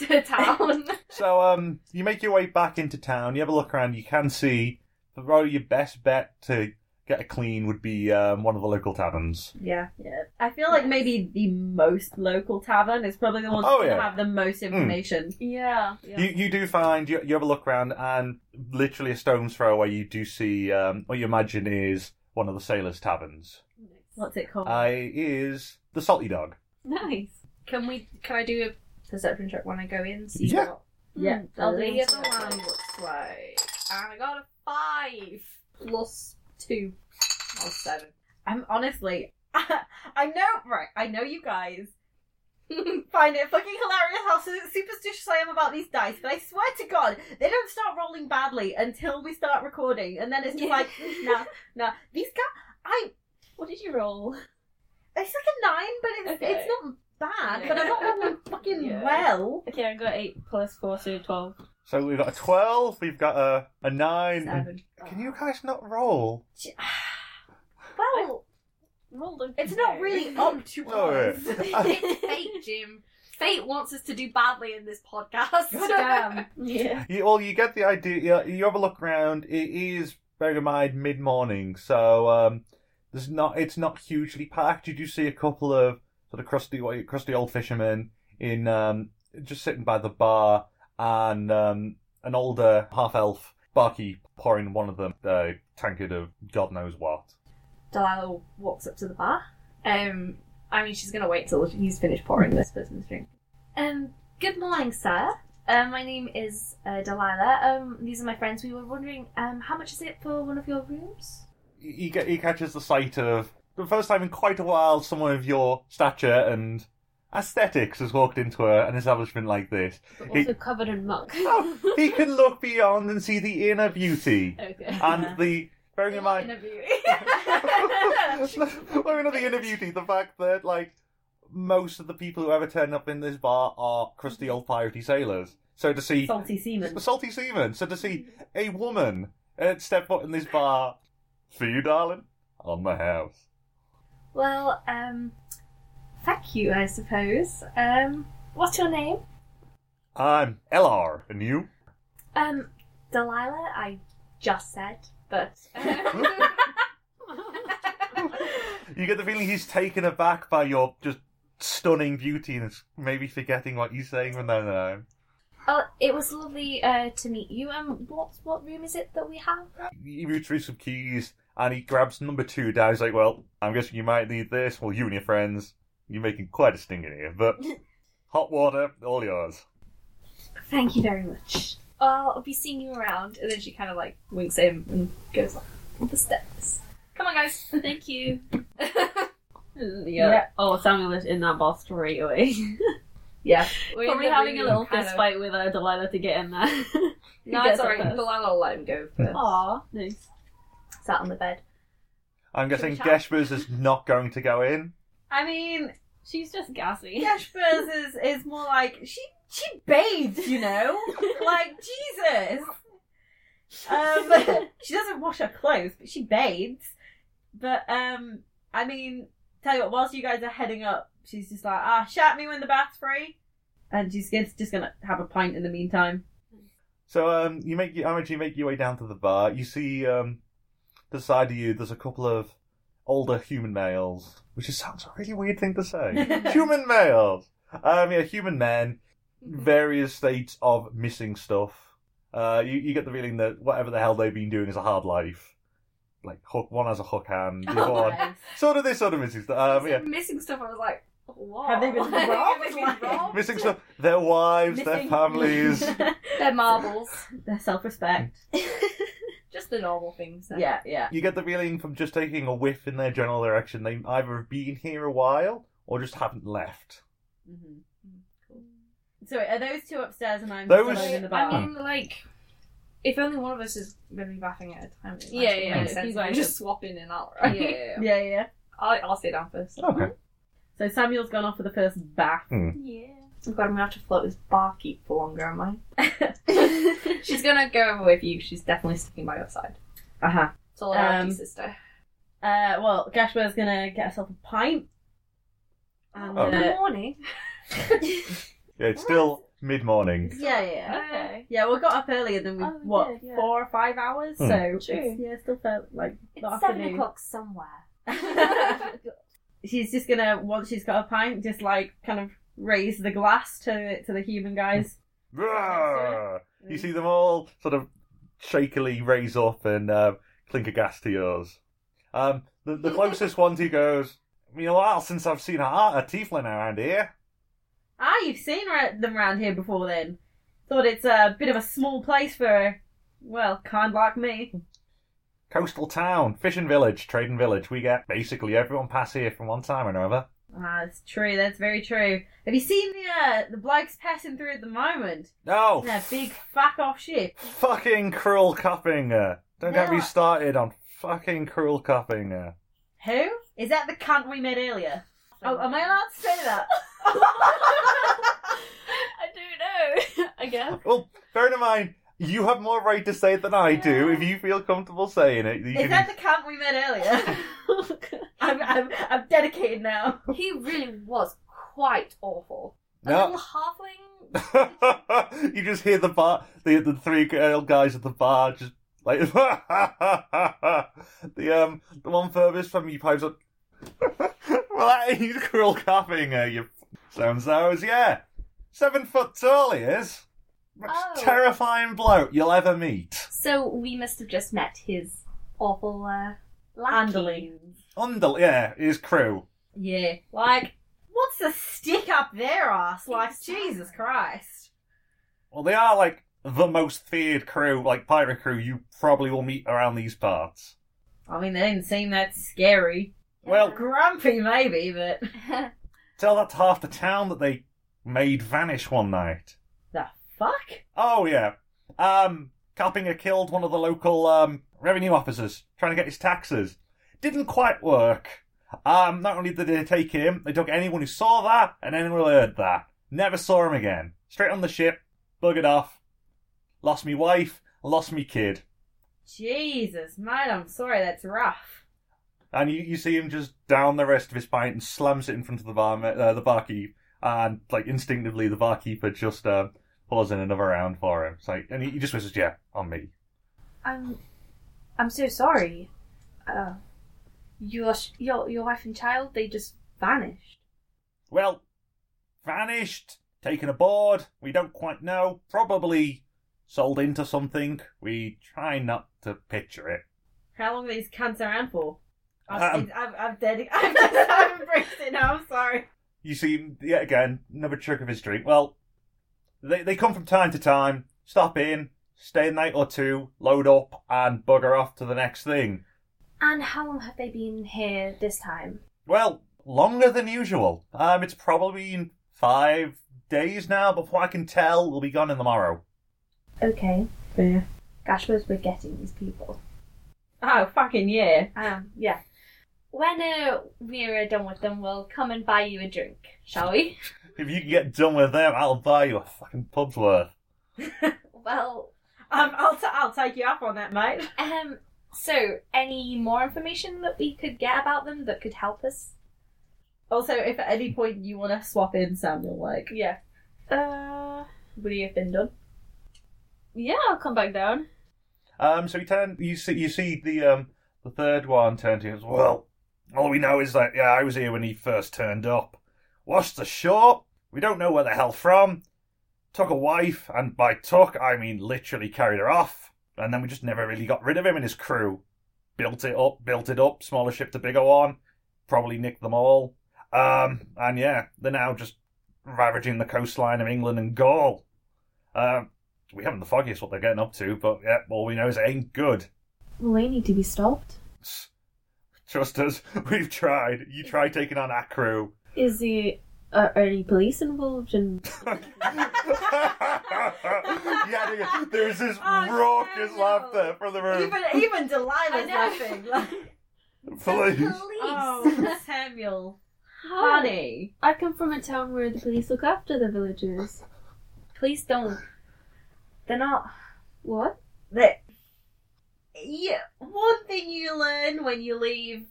Speaker 7: to town.
Speaker 3: So um, you make your way back into town. You have a look around. You can see probably your best bet to get a clean would be um, one of the local taverns.
Speaker 6: Yeah. yeah. I feel like maybe the most local tavern is probably the one that's
Speaker 3: Oh,
Speaker 6: going to
Speaker 3: yeah.
Speaker 6: have the most information.
Speaker 5: Yeah.
Speaker 3: You you do find you, you have a look around and literally a stone's throw away you do see um, what you imagine is one of the sailors' taverns.
Speaker 6: What's it called?
Speaker 3: Uh, it is the Salty Dog.
Speaker 5: Nice.
Speaker 7: can we? Can I do a perception check when I go in? See
Speaker 3: Yeah.
Speaker 7: what
Speaker 5: Hmm,
Speaker 6: yeah.
Speaker 7: the other one looks like. And I got a five plus two or seven.
Speaker 6: I'm honestly, I know, right? I know you guys find it fucking hilarious how su- superstitious I am about these dice, but I swear to God, they don't start rolling badly until we start recording, and then it's just like, no, no, these guys, I,
Speaker 5: What did you roll?
Speaker 6: it's like a nine, but it's
Speaker 5: Okay.
Speaker 6: it's not bad, but I'm not rolling fucking
Speaker 5: Yeah.
Speaker 6: well.
Speaker 5: Okay, I got eight plus four, so twelve.
Speaker 3: So we've got a twelve. We've got a a nine.
Speaker 6: Seven.
Speaker 3: Can you guys not roll?
Speaker 6: Well,
Speaker 5: Rolled a
Speaker 6: it's not
Speaker 7: Oh.
Speaker 6: really up to
Speaker 3: Sorry.
Speaker 6: us.
Speaker 7: it's fate, Jim. Fate wants us to do badly in this podcast.
Speaker 6: Damn.
Speaker 5: Yeah.
Speaker 3: You, well, you get the idea. You, you have a look around. It is bearing in mind mid morning, so um, there's not. It's not hugely packed. You do see a couple of sort of crusty, crusty old fishermen in um, just sitting by the bar, and um, an older half elf barkeep pouring one of them a tankard of God knows what.
Speaker 7: Delilah walks up to the bar. Um, I mean, she's gonna wait till he's finished pouring this person's drink.
Speaker 4: Um, good morning, sir. Um, my name is uh, Delilah. Um, these are my friends. We were wondering, um, how much is it for one of your rooms?
Speaker 3: he, get, he catches the sight of for the first time in quite a while someone of your stature and aesthetics has walked into a, an establishment like this.
Speaker 5: But
Speaker 3: He-
Speaker 5: also covered in muck.
Speaker 3: Oh, he can look beyond and see the inner beauty
Speaker 5: okay.
Speaker 3: and the. Bearing in mind, well, not the inner beauty, the fact that like most of the people who ever turn up in this bar are crusty old piratey sailors. So to see
Speaker 6: Salty semen.
Speaker 3: the salty seaman, so to see a woman uh, step foot in this bar for you, darling, on my house.
Speaker 4: Well, um, thank you, I suppose. Um, what's your name?
Speaker 3: I'm LR, and you?
Speaker 4: Um, Delilah, I just said, but.
Speaker 3: You get the feeling he's taken aback by your just stunning beauty and is maybe forgetting what he's saying from then on.
Speaker 4: Oh, it was lovely uh, to meet you. Um, what what room is it that we have?
Speaker 3: He roots through some keys and he grabs number two down. He's like, Well, I'm guessing you might need this. Well, you and your friends, you're making quite a sting in here, but hot water, all yours.
Speaker 4: Thank you very much. Oh, I'll be seeing you around.
Speaker 7: And then she kind of like winks at him and goes up the steps. Come on, guys.
Speaker 5: Thank you. yeah. Oh, Samuel is in that bar straight away.
Speaker 7: Yeah,
Speaker 5: We're Probably having a little fist fight with uh, Delilah to get in there.
Speaker 7: No,
Speaker 5: He
Speaker 7: it's
Speaker 5: gets up
Speaker 7: alright.
Speaker 5: first.
Speaker 7: Delilah will let him go first.
Speaker 5: Aw, nice.
Speaker 4: Sat on the bed.
Speaker 3: I'm guessing
Speaker 7: Should we chat?
Speaker 3: Geshbers is not going to go in.
Speaker 6: I mean,
Speaker 5: She's just gassy.
Speaker 6: Gashbers is is more like she she bathes, you know, like Jesus. Um, she doesn't wash her clothes, but she bathes. But um, I mean, tell you what, whilst you guys are heading up, she's just like, ah, shout me when the bath's free, and she's gonna- just gonna have a pint in the meantime.
Speaker 3: So um, you make I imagine you make your way down to the bar. You see um, to the side of you. There's a couple of older human Uh, males, which is sounds a really weird thing to say. human males. Um, yeah, human men various states of missing stuff. Uh, you, you get the feeling that whatever the hell they've been doing is a hard life. Like hook, one has a hook hand. the other one- sort of this, sort of missing stuff. Um, yeah,
Speaker 7: Missing stuff, I was like, what?
Speaker 6: Have they been
Speaker 7: Like,
Speaker 6: robbed?
Speaker 7: have they been robbed?
Speaker 3: missing stuff. Their wives, their
Speaker 6: Missing-
Speaker 3: families.
Speaker 7: They're marbles.
Speaker 6: Their self respect.
Speaker 7: Just the normal things. then.
Speaker 6: Yeah, yeah.
Speaker 3: you get the feeling from just taking a whiff in their general direction, they either have been here a while or just haven't left.
Speaker 6: Mm-hmm. So are those two upstairs and I'm
Speaker 3: Those-
Speaker 6: still alone in the bar?
Speaker 7: I mean, like, if only one of us is going to be bathing at a time. it
Speaker 5: Yeah,
Speaker 7: actually
Speaker 5: yeah,
Speaker 7: makes
Speaker 5: if
Speaker 7: sense
Speaker 5: you
Speaker 7: if we
Speaker 5: guys-
Speaker 7: just swap in and out, right?
Speaker 5: yeah.
Speaker 6: yeah, yeah.
Speaker 7: I'll, I'll stay down first.
Speaker 3: Okay.
Speaker 6: So Samuel's gone off for the first bath.
Speaker 5: Yeah.
Speaker 7: I'm glad I'm gonna have to float this barkeep for longer, am I? she's gonna go over with you. She's definitely sticking by your side.
Speaker 6: Uh huh.
Speaker 7: It's all about
Speaker 6: Um,
Speaker 7: you, sister.
Speaker 6: Uh, well, Gashware's gonna get herself a pint. And,
Speaker 3: Oh.
Speaker 6: uh,
Speaker 7: morning.
Speaker 3: Yeah, it's still mid morning.
Speaker 6: yeah, yeah.
Speaker 7: Okay.
Speaker 6: Yeah, we got up earlier than we,
Speaker 5: Uh, Oh, we
Speaker 6: what,
Speaker 5: did, yeah.
Speaker 6: four or five hours?
Speaker 3: Hmm.
Speaker 6: So, it's-
Speaker 5: True.
Speaker 6: yeah, still felt like the
Speaker 5: It's seven
Speaker 6: afternoon.
Speaker 5: o'clock somewhere.
Speaker 6: she's just gonna, once she's got a pint, just like kind of raise the glass to to the human guys.
Speaker 3: Roar! You
Speaker 6: Mm.
Speaker 3: see them all sort of shakily raise up and uh, clink a gas to yours. Um, the, the closest one to you goes, been a while since I've seen a, a tiefling around here.
Speaker 6: Ah, you've seen ra- them around here before then. Thought it's a bit of a small place for, well, kind like me.
Speaker 3: Coastal town, fishing village, trading village. We get basically everyone pass here from one time or another.
Speaker 6: Ah, that's true. That's very true. Have you seen the uh, the blokes passing through at the moment?
Speaker 3: No,
Speaker 6: That big fuck off ship.
Speaker 3: fucking cruel cupping. uh, Don't get me
Speaker 6: No.
Speaker 3: started on fucking cruel cupping. uh.
Speaker 6: Who is that? The cunt we met earlier. Oh, am I allowed to say that?
Speaker 5: I don't know. I guess.
Speaker 3: Well, bearing in mind, you have more right to say it than I do.
Speaker 5: Yeah.
Speaker 3: If you feel comfortable saying it, you
Speaker 6: Is
Speaker 3: can
Speaker 6: that the cunt we met earlier? I'm, I'm, I'm dedicated now.
Speaker 7: He really was quite awful. A
Speaker 3: No.
Speaker 7: little halfling
Speaker 3: you just hear the bar, the the three girl guys at the bar just like the um the one furthest from you pipes up. well, that is cruel coughing. Uh, you sounds those, yeah. Seven foot tall he is. Most
Speaker 5: Oh.
Speaker 3: terrifying bloke you'll ever meet.
Speaker 5: so we must have just met his awful uh,
Speaker 6: Handling.
Speaker 3: Under, yeah, his crew.
Speaker 6: Yeah. Like, what's the stick up their ass? Like, Jesus Christ.
Speaker 3: Well, they are like the most feared crew, like pirate crew you probably will meet around these parts.
Speaker 6: I mean, they didn't seem that scary.
Speaker 3: Well,
Speaker 6: Grumpy, maybe, but
Speaker 3: Tell that to half the town that they made vanish one night.
Speaker 6: the fuck.
Speaker 3: Oh yeah. Um Carpinger killed one of the local um revenue officers trying to get his taxes. Didn't quite work. Um not only did they take him, they took anyone who saw that and anyone who heard that. Never saw him again. Straight on the ship, buggered off. Lost me wife, lost me kid.
Speaker 6: Jesus, mate, I'm sorry. That's rough.
Speaker 3: And you, you see him just down the rest of his pint and slams it in front of the bar uh, the barkeep, and like instinctively the barkeeper just uh, pours in another round for him. It's like, and he, he just whispers, "Yeah, on me."
Speaker 5: I'm, I'm so sorry. Uh, your your your wife and child they just vanished.
Speaker 3: Well, vanished, taken aboard. We don't quite know. Probably sold into something. We try not to picture it.
Speaker 6: How long are these cunts around for? I've,
Speaker 3: Um,
Speaker 6: I've, I've dedicated. I've embraced it now. I'm sorry.
Speaker 3: you see him yet again, another trick of his drink. Well, they, they come from time to time, stop in, stay a night or two, load up, and bugger off to the next thing.
Speaker 5: And how long have they been here this time?
Speaker 3: Well, longer than usual. Um, it's probably been five days now. Before I can tell, we'll be gone in the morrow.
Speaker 5: Okay,
Speaker 6: Yeah.
Speaker 5: gosh, where's we're getting these people?
Speaker 6: Oh fucking yeah.
Speaker 5: Um, yeah. When uh, we're done with them, we'll come and buy you a drink, shall we?
Speaker 3: If you can get done with them, I'll buy you a fucking pub's worth.
Speaker 5: Well,
Speaker 6: Um, I'll, t- I'll take you up on that, mate.
Speaker 5: um, so any more information that we could get about them that could help us?
Speaker 6: Also, if at any point you want to swap in Samuel, like,
Speaker 7: Yeah.
Speaker 5: Uh,
Speaker 7: Would he have been done?
Speaker 5: yeah, I'll come back down.
Speaker 3: Um, so he turned. You see, you see the um, the third one turn to you as well. All we know is that yeah, I was here when he first turned up. Washed ashore. We don't know where the hell from. took a wife, and by took, I mean literally carried her off. And then we just never really got rid of him and his crew. Built it up, built it up, smaller ship, the bigger one. Probably nicked them all. Um, and yeah, they're now just ravaging the coastline of England and Gaul. Um, we haven't the foggiest what they're getting up to, but yeah, all we know is it ain't good.
Speaker 5: Well, they need to be stopped.
Speaker 3: Trust us, we've tried. You try taking on our crew.
Speaker 5: Is the are are any police involved? And
Speaker 3: yeah, there- there was this
Speaker 6: Oh,
Speaker 3: raucous
Speaker 6: no.
Speaker 3: laughter from the room.
Speaker 6: Even even Delilah's
Speaker 4: know.
Speaker 6: laughing. Like,
Speaker 3: Please.
Speaker 6: oh, Samuel,
Speaker 4: Oh.
Speaker 6: honey.
Speaker 5: I come from a town where the police look after the villagers.
Speaker 4: Please don't. They're not.
Speaker 5: What?
Speaker 6: That yeah. One thing you learn when you leave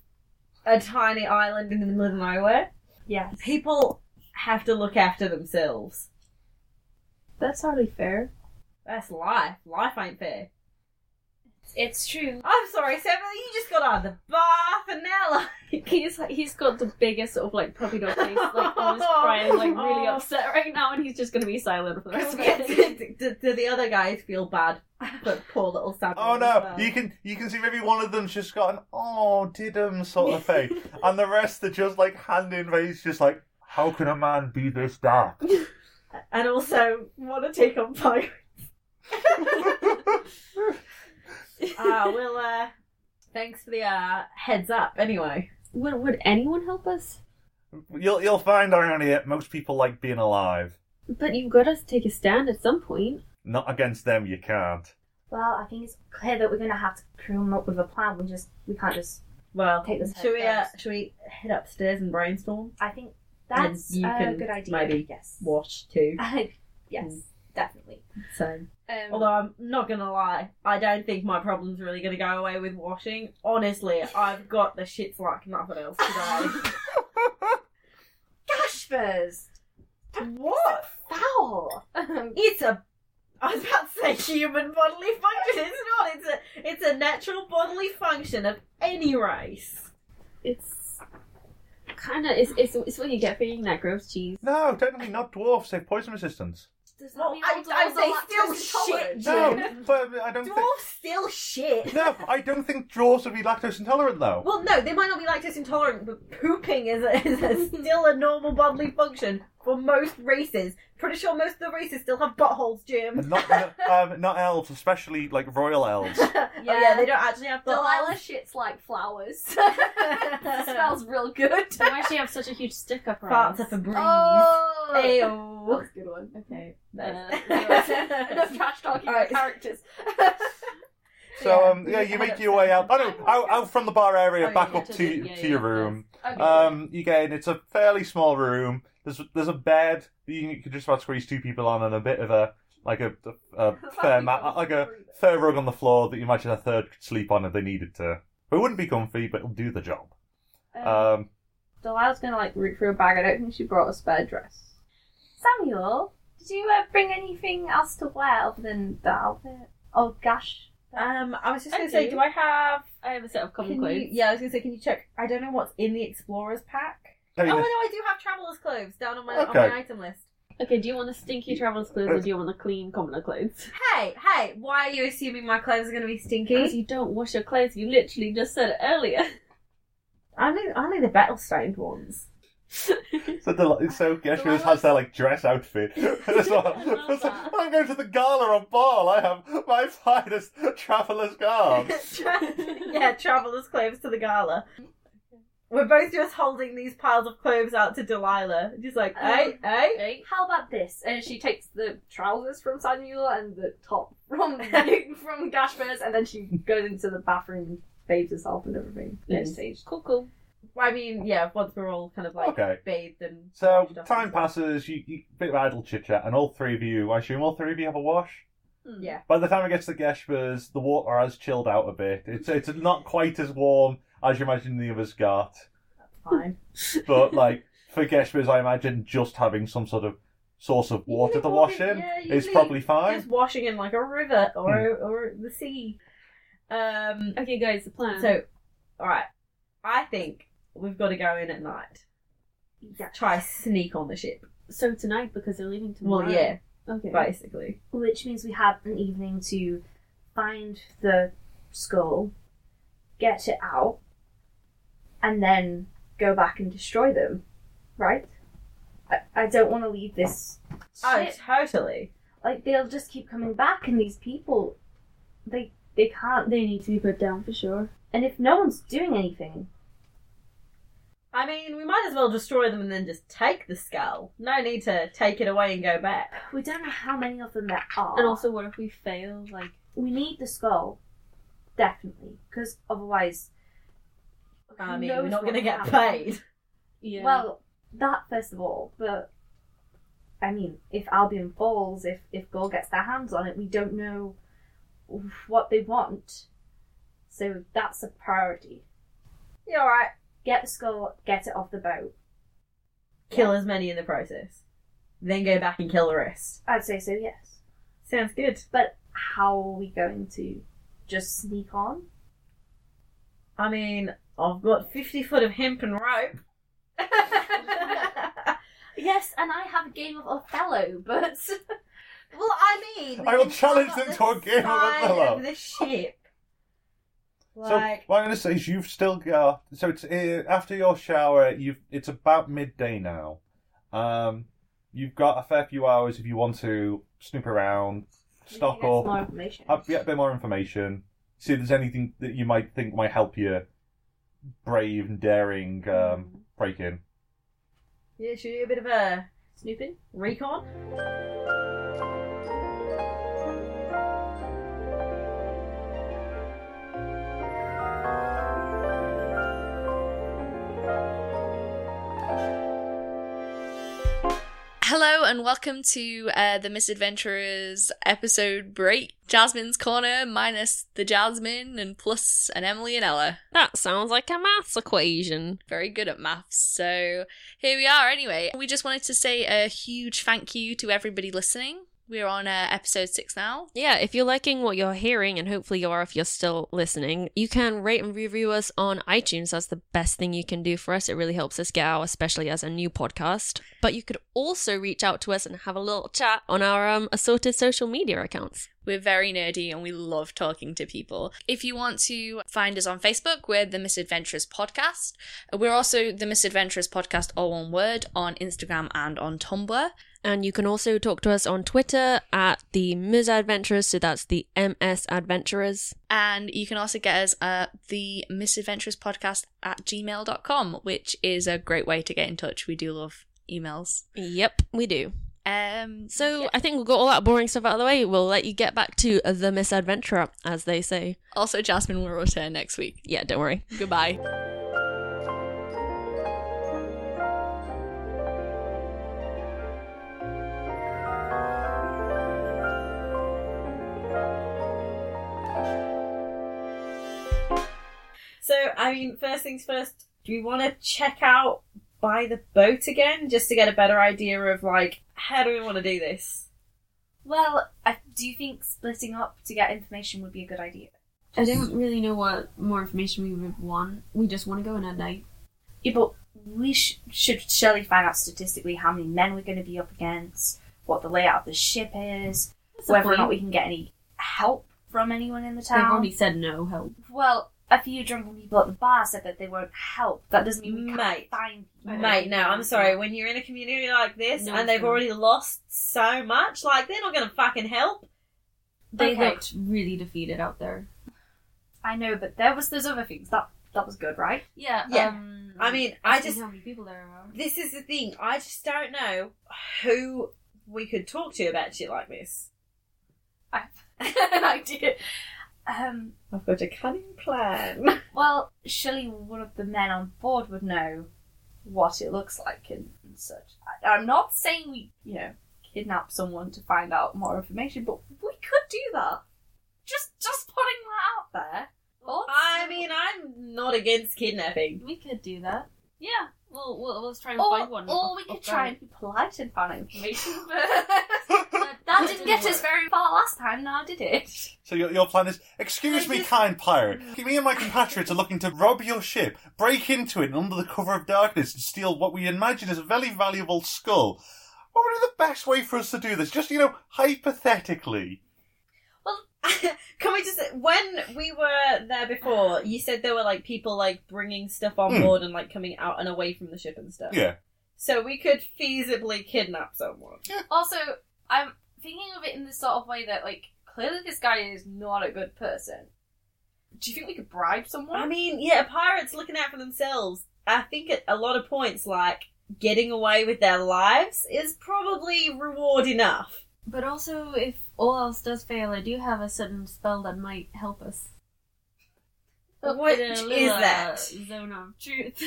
Speaker 6: a tiny island in the middle of nowhere:
Speaker 4: Yes.
Speaker 6: people have to look after themselves.
Speaker 5: That's hardly fair.
Speaker 6: That's life. Life ain't fair.
Speaker 4: It's true.
Speaker 6: I'm sorry, Samuel. You just got out of the bath, and now like,
Speaker 5: He's he's got the biggest sort of like puppy dog face, like almost crying, like really upset right now, and he's just gonna be silent for the rest of it.
Speaker 6: do, do- do the other guys feel bad for poor little Samuel?
Speaker 3: Oh
Speaker 6: as
Speaker 3: no!
Speaker 6: well?
Speaker 3: You can you can see maybe one of them's just got an oh did'em sort of thing, and the rest are just like hand in face, just like how can a man be this dark?
Speaker 6: and also want to take on pirates. Ah, well, uh, thanks for the uh, heads up. Anyway,
Speaker 5: Would would anyone help us?
Speaker 3: You'll you'll find around here most people like being alive.
Speaker 5: But you've got to take a stand at some point.
Speaker 3: Not against them, you can't.
Speaker 4: Well, I think it's clear that we're gonna have to come up with a plan. We just we can't just
Speaker 6: well,
Speaker 4: take this.
Speaker 6: should we uh,
Speaker 4: head first.
Speaker 6: should we head upstairs and brainstorm?
Speaker 4: I think that's
Speaker 6: you
Speaker 4: a
Speaker 6: can
Speaker 4: good idea.
Speaker 6: maybe
Speaker 4: yes.
Speaker 6: Watch too.
Speaker 4: yes, definitely.
Speaker 6: So,
Speaker 7: Um,
Speaker 6: although I'm not gonna lie, I don't think my problem's really gonna go away with washing. Honestly, I've got the shits like nothing else today.
Speaker 4: Gash first.
Speaker 6: what?
Speaker 4: Foul.
Speaker 6: It's a. I was about to say human bodily function. It's not. It's a. It's a natural bodily function of any race.
Speaker 5: It's kind of it's, it's it's what you get for eating that gross cheese.
Speaker 3: No, technically not dwarfs. They have poison resistance.
Speaker 4: Does that
Speaker 6: Well,
Speaker 4: mean all
Speaker 6: I, I
Speaker 4: dogs are
Speaker 6: say
Speaker 4: lactose
Speaker 6: still shit.
Speaker 4: intolerant?
Speaker 3: No, but um, I don't think.
Speaker 6: Dwarfs still shit.
Speaker 3: No, I don't think dwarfs would be lactose intolerant though.
Speaker 6: Well, no, they might not be lactose intolerant, but pooping is, a, is a, still a normal bodily function for most races. Pretty sure most of the races still have buttholes, Jim.
Speaker 3: And not um, not elves, especially like royal elves.
Speaker 6: Oh yeah, they don't actually have
Speaker 4: Delilah
Speaker 6: buttholes.
Speaker 4: shits like flowers.
Speaker 6: Smells
Speaker 4: smells real good.
Speaker 5: Why does she have such a huge stick up her
Speaker 6: farts
Speaker 5: ass?
Speaker 6: up a breeze.
Speaker 4: Oh,
Speaker 6: Ew.
Speaker 4: that's a good one.
Speaker 5: Okay.
Speaker 6: Nice.
Speaker 4: Uh, enough trash talking about
Speaker 6: Alright.
Speaker 4: characters.
Speaker 3: So
Speaker 6: Yeah.
Speaker 3: um, yeah, you make your way out. Oh no, out, out from the bar area,
Speaker 6: Oh,
Speaker 3: back
Speaker 5: yeah,
Speaker 3: up
Speaker 5: to
Speaker 3: to
Speaker 5: the- yeah,
Speaker 3: to your
Speaker 5: yeah,
Speaker 3: room.
Speaker 4: Okay.
Speaker 3: Um, you get in. It's a fairly small room. There's there's a bed that you could just about squeeze two people on, and a bit of a like a, a, a fair ma- like a fair rug on the floor that you imagine a third could sleep on if they needed to. But it wouldn't be comfy, but it'll do the job. Um,
Speaker 5: Delilah's gonna like root for a bag. I don't think she brought a spare dress.
Speaker 4: Samuel, did you uh, bring anything else to wear other than the outfit? Oh gosh.
Speaker 6: Um, I was just
Speaker 5: I
Speaker 6: gonna say,
Speaker 5: do.
Speaker 6: do I have?
Speaker 5: I have a set of common
Speaker 6: Can
Speaker 5: clothes.
Speaker 6: you, yeah, I was gonna say, can you check? I don't know what's in the explorer's pack.
Speaker 3: I
Speaker 6: Oh,
Speaker 3: mean,
Speaker 6: I know, I do have travelers' clothes down on my on
Speaker 3: Okay.
Speaker 6: my item list.
Speaker 5: Okay, do you want the stinky traveler's clothes or do you want the clean commoner clothes?
Speaker 6: Hey, hey, why are you assuming my clothes are gonna be
Speaker 5: Because
Speaker 6: stinky?
Speaker 5: you don't wash your clothes. You literally just said it earlier.
Speaker 6: Only, only the battle stained ones.
Speaker 3: So, the, so Gershwin has their like dress outfit. It's like-
Speaker 5: I love
Speaker 3: it's like,
Speaker 5: that.
Speaker 3: I'm going to the gala or ball. I have my finest traveller's garb.
Speaker 6: yeah, travelers' clothes to the gala. We're both just holding these piles of clothes out to Delilah. She's like, hey, hey.
Speaker 4: How about this? And she takes the trousers from Samuel and the top from from Gashfers, and then she goes into the bathroom and bathes herself and everything.
Speaker 5: Yes. Cool, cool.
Speaker 6: I mean, yeah, once we're all kind of like
Speaker 3: Okay.
Speaker 6: bathed and.
Speaker 3: So
Speaker 6: washed up
Speaker 3: time
Speaker 6: and stuff.
Speaker 3: passes, you, you bit of idle chit chat, and all three of you, I assume all three of you have a wash.
Speaker 5: Hmm.
Speaker 6: Yeah.
Speaker 3: By the time it gets to Geshvers, the water has chilled out a bit. It's it's not quite as warm as you imagine the others got,
Speaker 6: Fine.
Speaker 3: but like for Geshvers, I imagine just having some sort of source of water to wash in
Speaker 6: Yeah,
Speaker 3: is
Speaker 6: usually
Speaker 3: probably fine. Hmm.
Speaker 6: Just washing in like a river or or the sea. Um.
Speaker 5: Okay, guys, the plan.
Speaker 6: So, all right. I think we've got to go in at night.
Speaker 4: Yeah.
Speaker 6: Try sneak on the ship.
Speaker 5: so tonight, because they're leaving tomorrow.
Speaker 6: Well, yeah.
Speaker 5: Okay.
Speaker 6: basically.
Speaker 4: Which means we had an evening to find the skull, get it out, and then go back and destroy them, right? I, I don't want to leave this.
Speaker 6: Oh,
Speaker 4: shit.
Speaker 6: totally.
Speaker 4: Like, they'll just keep coming back, and these people, they they can't.
Speaker 5: They need to be put down for sure.
Speaker 4: And if no one's doing anything,
Speaker 6: I mean, we might as well destroy them and then just take the skull. No need to take it away and go back.
Speaker 4: we don't know how many of them there are.
Speaker 5: And also, what if we fail? Like,
Speaker 4: we need the skull, definitely, because otherwise.
Speaker 6: I
Speaker 4: who
Speaker 6: mean, we're
Speaker 4: knows
Speaker 6: not going to
Speaker 4: what
Speaker 6: get
Speaker 4: will happen.
Speaker 6: paid.
Speaker 5: yeah.
Speaker 4: Well, that first of all, but I mean, if Albion falls, if if Gaul gets their hands on it, we don't know what they want. So that's a priority.
Speaker 6: You're alright.
Speaker 4: Get the skull, get it off the boat.
Speaker 6: Kill as many in the process. Then go back and kill the rest.
Speaker 4: I'd say so, yes.
Speaker 6: Sounds good.
Speaker 4: But how are we going to just sneak on?
Speaker 6: I mean, I've got 50 foot of hemp and rope.
Speaker 4: Yes, and I have a game of Othello, but
Speaker 6: Well, I mean, we
Speaker 3: I will
Speaker 6: can
Speaker 3: challenge
Speaker 6: stand
Speaker 3: them
Speaker 6: on
Speaker 3: to a game of
Speaker 6: side
Speaker 3: Othello.
Speaker 6: of the ship.
Speaker 3: So
Speaker 6: Like,
Speaker 3: what I'm going to say is you've still got. So it's uh, after your shower. You've it's about midday now. Um, you've got a fair few hours if you want to snoop around, stock
Speaker 4: Get some
Speaker 3: up,
Speaker 4: more information.
Speaker 3: have, get a bit more information, see if there's anything that you might think might help you. Brave and daring
Speaker 4: Mm.
Speaker 3: um, break in.
Speaker 6: yeah, should we do a bit of a
Speaker 4: Snooping?
Speaker 6: recon?
Speaker 8: Hello and welcome to uh, the Misadventurers episode break. Jasmine's Corner minus the Jasmine and plus an Emily and Ella.
Speaker 1: That sounds like a maths equation.
Speaker 8: Very good at maths, so here we are anyway. We just wanted to say a huge thank you to everybody listening. We're on uh, episode six now.
Speaker 1: Yeah, if you're liking what you're hearing, and hopefully you are if you're still listening, you can rate and review us on iTunes. That's the best thing you can do for us. It really helps us get out, especially as a new podcast. But you could also reach out to us and have a little chat on our um, assorted social media accounts.
Speaker 8: We're very nerdy and we love talking to people. If you want to find us on Facebook, we're The Misadventures Podcast. We're also The Misadventures Podcast, all one word, on Instagram and on Tumblr.
Speaker 1: And you can also talk to us on Twitter at the Ms. Adventurers. So that's the MS Adventurers.
Speaker 8: And you can also get us at the misadventures podcast at gmail.com, which is a great way to get in touch. We do love emails.
Speaker 1: Yep, we do.
Speaker 8: Um,
Speaker 1: So
Speaker 8: yeah.
Speaker 1: I think we've got all that boring stuff out of the way. We'll let you get back to the misadventure, as they say.
Speaker 8: also, Jasmine will return next week.
Speaker 1: Yeah, don't worry.
Speaker 8: Goodbye.
Speaker 6: So, I mean, first things first, do we want to check out by the boat again just to get a better idea of, like, how do we want to do this?
Speaker 4: Well, I, do you think splitting up to get information would be a good idea?
Speaker 5: I don't really know what more information we would want. We just want to go in at night.
Speaker 4: Yeah, but we sh- should surely find out statistically how many men we're going to be up against, what the layout of the ship is,
Speaker 5: That's a
Speaker 4: whether or
Speaker 5: point.
Speaker 4: not we can get any help from anyone in the
Speaker 5: They've
Speaker 4: town.
Speaker 5: already said no help.
Speaker 4: Well, a few drunken people at the bar said that they won't help. That doesn't mean we can't
Speaker 6: Mate.
Speaker 4: find people.
Speaker 6: Mate, no, I'm sorry. When you're in a community like this
Speaker 5: No,
Speaker 6: and they've
Speaker 5: no.
Speaker 6: already lost so much, like, they're not going to fucking help.
Speaker 5: They
Speaker 4: Okay.
Speaker 5: looked really defeated out there.
Speaker 4: I know, but there was those other things. That that was good, right?
Speaker 5: Yeah.
Speaker 6: Yeah.
Speaker 5: Um,
Speaker 6: I mean, I
Speaker 5: asking
Speaker 6: just.
Speaker 5: how many people there are.
Speaker 6: This is the thing. I just don't know who we could talk to about shit like this.
Speaker 4: I have an idea. Um,
Speaker 6: I've got a cunning plan.
Speaker 4: well, surely one of the men on board would know what it looks like and, and such. I, I'm not saying we, you know, kidnap someone to find out more information, but we could do that. Just, just putting that out there. Thoughts?
Speaker 6: I mean, I'm not against kidnapping.
Speaker 5: We could do that. Yeah. Well, we'll, we'll try and
Speaker 4: Or,
Speaker 5: find one.
Speaker 4: or
Speaker 5: off-
Speaker 4: we
Speaker 5: off
Speaker 4: could try
Speaker 5: ground.
Speaker 4: and be polite and find out information, but
Speaker 5: That,
Speaker 4: that didn't get us
Speaker 5: work.
Speaker 4: very far last time, now did it?
Speaker 3: So your, your plan is, excuse me, kind pirate. Me and my compatriots are looking to rob your ship, break into it under the cover of darkness, and steal what we imagine is a very valuable skull. What would be the best way for us to do this? Just, you know, hypothetically.
Speaker 6: Well, can we just when we were there before, you said there were like people like bringing stuff on
Speaker 3: Hmm.
Speaker 6: board and like coming out and away from the ship and stuff.
Speaker 3: Yeah.
Speaker 6: So we could feasibly kidnap someone.
Speaker 4: Also, I'm thinking of it in the sort of way that, like, clearly this guy is not a good person. Do you think we could bribe someone?
Speaker 6: I mean, yeah, pirates looking out for themselves. I think at a lot of points, like getting away with their lives is probably reward enough.
Speaker 5: But also, if all else does fail, I do have a certain spell that might help us.
Speaker 6: Which
Speaker 5: The
Speaker 6: is
Speaker 5: Lila
Speaker 6: that?
Speaker 5: Zone of Truth.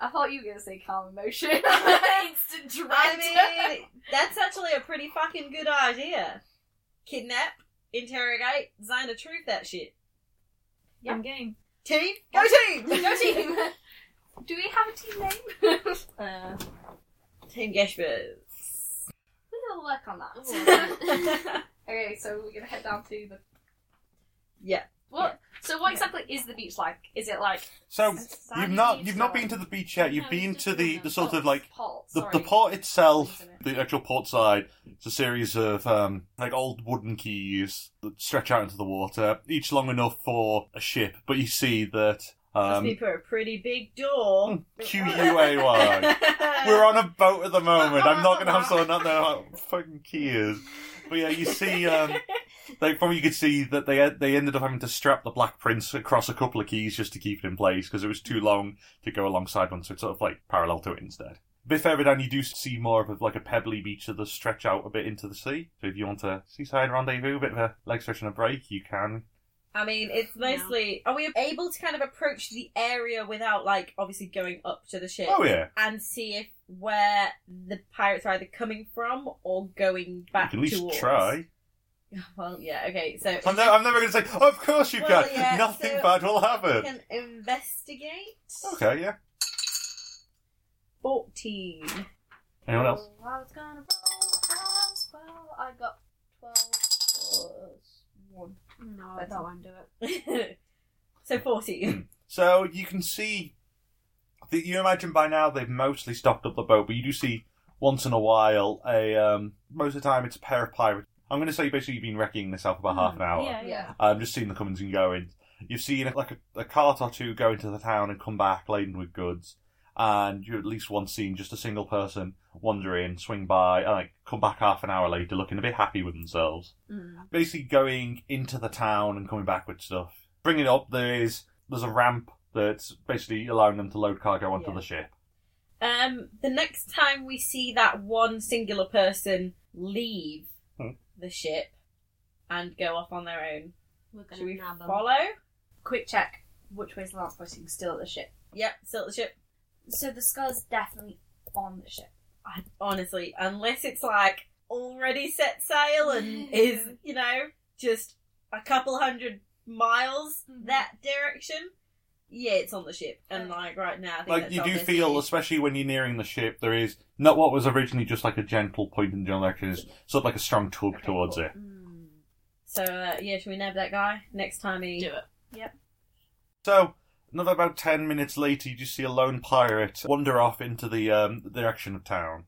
Speaker 4: I thought you were going to say calm emotion. Instant dread.
Speaker 6: I mean, that's actually a pretty fucking good idea. Kidnap, interrogate, Zone of Truth, that shit.
Speaker 5: I'm game.
Speaker 6: Team, go team,
Speaker 4: Go team! Do we have a team name?
Speaker 5: Uh,
Speaker 6: team Geshbers.
Speaker 4: we'll work on that. okay, so we're going to head down to the.
Speaker 6: Yeah.
Speaker 4: What? So, what exactly is the beach like? Is it like
Speaker 3: So
Speaker 4: Sandy
Speaker 3: Um, you've not
Speaker 4: beach
Speaker 3: you've not
Speaker 4: or-
Speaker 3: been to the beach yet. You've
Speaker 5: No,
Speaker 3: been
Speaker 5: we've
Speaker 3: to
Speaker 5: just
Speaker 3: the,
Speaker 5: been
Speaker 3: the
Speaker 5: there.
Speaker 3: sort of like
Speaker 4: Paul?
Speaker 3: the,
Speaker 4: Sorry.
Speaker 3: the port itself,
Speaker 4: Isn't it?
Speaker 3: the actual port side. It's a series of um, like old wooden keys that stretch out into the water, each long enough for a ship. But you see that
Speaker 6: Must be
Speaker 3: um, oh
Speaker 6: for a pretty big door.
Speaker 3: Q U A Y. We're on a boat at the moment. I'm not going to have someone out there like, fucking keys. But yeah, you see, um, they probably you could see that they they ended up having to strap the Black Prince across a couple of keys just to keep it in place because it was too long to go alongside one, so it's sort of like parallel to it instead. A bit further down, you do see more of a, like a pebbly beach that does stretch out a bit into the sea. So if you want a seaside rendezvous, a bit of a leg stretch and a break, you can.
Speaker 6: I mean, it's mostly. Are we able to kind of approach the area without, like, obviously going up to the ship
Speaker 3: Oh yeah,
Speaker 6: and see if where the pirates are either coming from or going
Speaker 3: you
Speaker 6: back
Speaker 3: can at least
Speaker 6: towards?
Speaker 3: try.
Speaker 6: Well, yeah, okay, so.
Speaker 3: I'm, ne- I'm never going to say, of course you
Speaker 6: Well,
Speaker 3: can.
Speaker 6: yeah,
Speaker 3: Nothing
Speaker 6: so
Speaker 3: bad will
Speaker 6: we
Speaker 3: happen.
Speaker 6: can investigate.
Speaker 3: Okay, yeah.
Speaker 6: 14.
Speaker 3: Anyone else?
Speaker 4: Well, I was gonna roll as well. I got 12 plus 1.
Speaker 5: no,
Speaker 4: That's
Speaker 5: that's
Speaker 4: all.
Speaker 5: how I do it.
Speaker 6: so 14.
Speaker 3: So you can see that you imagine by now they've mostly stocked up the boat, but you do see once in a while a um, most of the time it's a pair of pirates. I'm going to say basically you've been wrecking this out for about half an hour.
Speaker 5: Yeah, yeah.
Speaker 3: I'm just seeing the comings and goings. You've seen like a, a cart or two go into the town and come back laden with goods, and you're at least once seen just a single person wander in, swing by, and like come back half an hour later looking a bit happy with themselves
Speaker 5: Hmm.
Speaker 3: basically going into the town and coming back with stuff. Bringing it up, there is there's a ramp that's basically allowing them to load cargo onto
Speaker 6: Yeah.
Speaker 3: the ship.
Speaker 6: Um, the next time we see that one singular person leave
Speaker 3: Hmm.
Speaker 6: the ship and go off on their own,
Speaker 5: We're gonna
Speaker 6: should we
Speaker 5: nab 'em.
Speaker 6: follow?
Speaker 4: Quick check. Which way's the last person still at the ship?
Speaker 6: Yep, still at the ship.
Speaker 4: So the skull's definitely on the ship.
Speaker 6: I, honestly, unless it's like already set sail and is you know just a couple hundred miles
Speaker 5: Mm-hmm.
Speaker 6: that direction, yeah, it's on the ship. And like right now, I think
Speaker 3: Like
Speaker 6: that's
Speaker 3: you do
Speaker 6: obvious.
Speaker 3: feel, especially when you're nearing the ship, there is not what was originally just like a gentle point in the direction. Is sort of like a strong tug
Speaker 6: Okay,
Speaker 3: towards
Speaker 6: cool.
Speaker 3: it.
Speaker 4: Mm.
Speaker 6: So uh, yeah, should we nab that guy next time he?
Speaker 5: Do it.
Speaker 3: So another about ten minutes later, you just see a lone pirate wander off into the um, direction of town.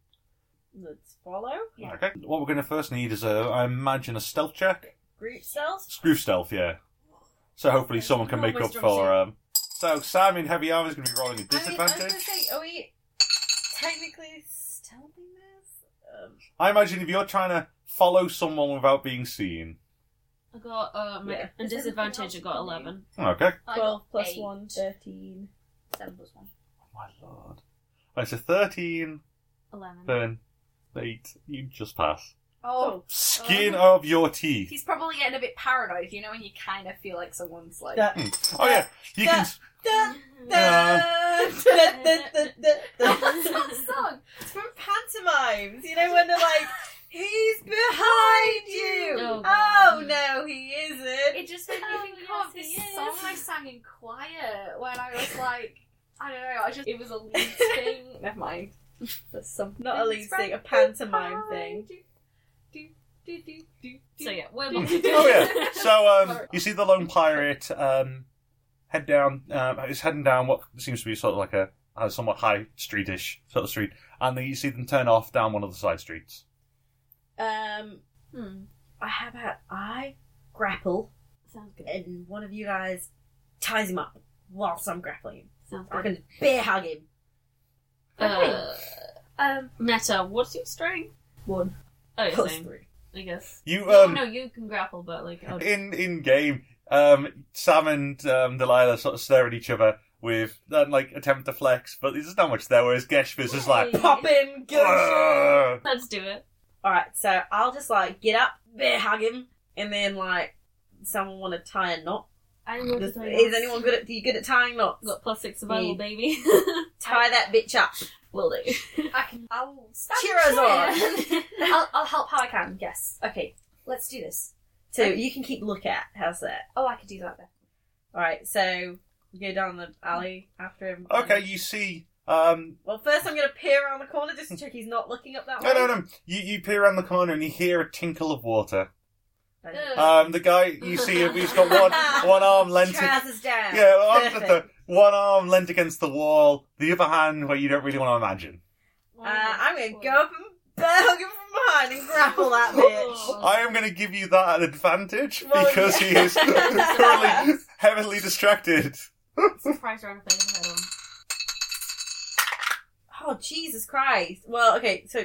Speaker 6: Let's follow
Speaker 3: Okay, what we're going to first need is a, I imagine, a stealth check.
Speaker 6: group cells.
Speaker 3: Screw stealth, yeah. So hopefully someone can make up for um. So Sam in heavy armor is going to be rolling a
Speaker 6: I, mean, I was gonna
Speaker 3: disadvantage.
Speaker 6: say, are we technically stealthing this? Um,
Speaker 3: I imagine if you're trying to follow someone without being seen.
Speaker 5: I got um,
Speaker 6: Yeah.
Speaker 5: a disadvantage. I got eleven.
Speaker 3: oh, Okay.
Speaker 4: Oh, I
Speaker 6: Twelve
Speaker 4: got
Speaker 6: plus
Speaker 4: eight.
Speaker 6: one, thirteen.
Speaker 4: 7 plus 1.
Speaker 3: Oh my lord. Right, so thirteen,
Speaker 5: Eleven.
Speaker 3: then eight. You just pass.
Speaker 4: Oh.
Speaker 3: Skin
Speaker 4: Oh.
Speaker 3: of your teeth.
Speaker 4: He's probably getting a bit paranoid, you know, when you kind of feel like someone's like.
Speaker 6: That-
Speaker 3: Oh yeah, you can.
Speaker 6: Da, da,
Speaker 3: Uh,
Speaker 6: da, da, da, da, da.
Speaker 4: What's that song?
Speaker 6: It's from pantomimes, you know, when they're like, "He's behind you."
Speaker 5: Oh,
Speaker 6: Oh,
Speaker 5: God.
Speaker 6: no, he isn't.
Speaker 4: It just made me
Speaker 5: Oh,
Speaker 4: think
Speaker 5: yes,
Speaker 4: of
Speaker 5: he
Speaker 4: this
Speaker 5: is.
Speaker 4: song I sang in choir when I was like, I don't know, I just it was a lead thing. Never mind. There's something.
Speaker 6: Not a lead thing, a pantomime thing.
Speaker 5: So yeah, we're
Speaker 4: Oh,
Speaker 3: oh yeah. So um, you see the lone pirate um, head down. Um, is heading down what seems to be sort of like a uh, somewhat high streetish sort of street, and then you see them turn off down one of the side streets.
Speaker 6: Um,
Speaker 5: Hmm.
Speaker 6: I have had I grapple,
Speaker 5: Sounds good.
Speaker 6: and one of you guys ties him up whilst I'm grappling him.
Speaker 5: Sounds
Speaker 6: I
Speaker 5: good.
Speaker 6: can bear hug him.
Speaker 5: Uh,
Speaker 4: Um,
Speaker 5: Meta, what's your strength?
Speaker 4: One.
Speaker 5: Oh, yeah,
Speaker 6: Plus
Speaker 5: same.
Speaker 6: three.
Speaker 5: I guess.
Speaker 3: You
Speaker 5: No,
Speaker 3: um
Speaker 5: Oh, no, you can grapple, but like, oh,
Speaker 3: in in game, um, Sam and um, Delilah sort of stare at each other with then like attempt to flex, but there's not much there. Whereas Geshvis is like,
Speaker 5: Hey.
Speaker 6: Pop him, go.
Speaker 3: "Argh."
Speaker 5: let's do it.
Speaker 6: All right, so I'll just like get up, bear hug him, and then like someone want to tie a knot.
Speaker 5: I'm going to
Speaker 6: Does-
Speaker 5: tell you
Speaker 6: is
Speaker 5: what.
Speaker 6: anyone good at? Do you good at tying knots?
Speaker 5: Got plus six survival,
Speaker 6: Yeah.
Speaker 5: baby.
Speaker 6: Tie that bitch up.
Speaker 5: Will do.
Speaker 4: I can. I'll stab
Speaker 6: Cheer
Speaker 4: the
Speaker 6: us
Speaker 4: chair. I'll, I'll help how I can. Yes. Okay. Let's do this.
Speaker 6: So you can keep look at. How's that?
Speaker 4: Oh, I could do that then.
Speaker 6: All right, so we go down the alley after him.
Speaker 3: okay, you see, um,
Speaker 6: Well, first I'm gonna peer around the corner just to check he's not looking up that
Speaker 3: no,
Speaker 6: way.
Speaker 3: no, no, you you peer around the corner and you hear a tinkle of water.
Speaker 6: no.
Speaker 3: Um, the guy you see, he's got one one arm lent.
Speaker 6: Trousers down.
Speaker 3: Yeah, well, I'm just
Speaker 6: Perfect.
Speaker 3: a- one arm lent against the wall, the other hand where you don't really want to imagine.
Speaker 6: Uh, I'm gonna go up and bear hug him from behind and grapple that bitch.
Speaker 3: I am going to give you that an advantage
Speaker 6: Well,
Speaker 3: because he is
Speaker 6: yeah.
Speaker 3: currently heavily distracted.
Speaker 5: Surprise round if I ever had one.
Speaker 6: Oh Jesus Christ! Well, okay, so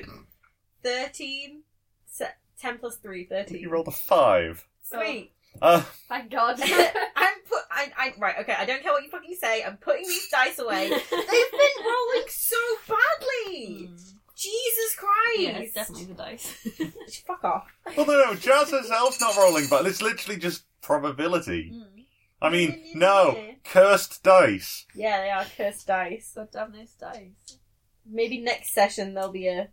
Speaker 6: thirteen, se- ten plus three, thirteen.
Speaker 3: You rolled a five.
Speaker 6: Sweet.
Speaker 3: Uh,
Speaker 4: Thank God.
Speaker 5: Oh.
Speaker 6: I'm put. I, I right. Okay, I don't care what you fucking say. I'm putting these dice away. They've been rolling so badly. Jesus Christ!
Speaker 5: Hmm. Yeah, it's definitely the dice.
Speaker 6: Fuck off.
Speaker 3: well, no, no, Jazz herself's not rolling, but it's literally just probability. I mean,
Speaker 6: Hmm. Yeah, yeah, yeah.
Speaker 3: no, cursed dice.
Speaker 6: Yeah, they are cursed dice.
Speaker 5: Got damn nice dice.
Speaker 6: Maybe next session there'll be a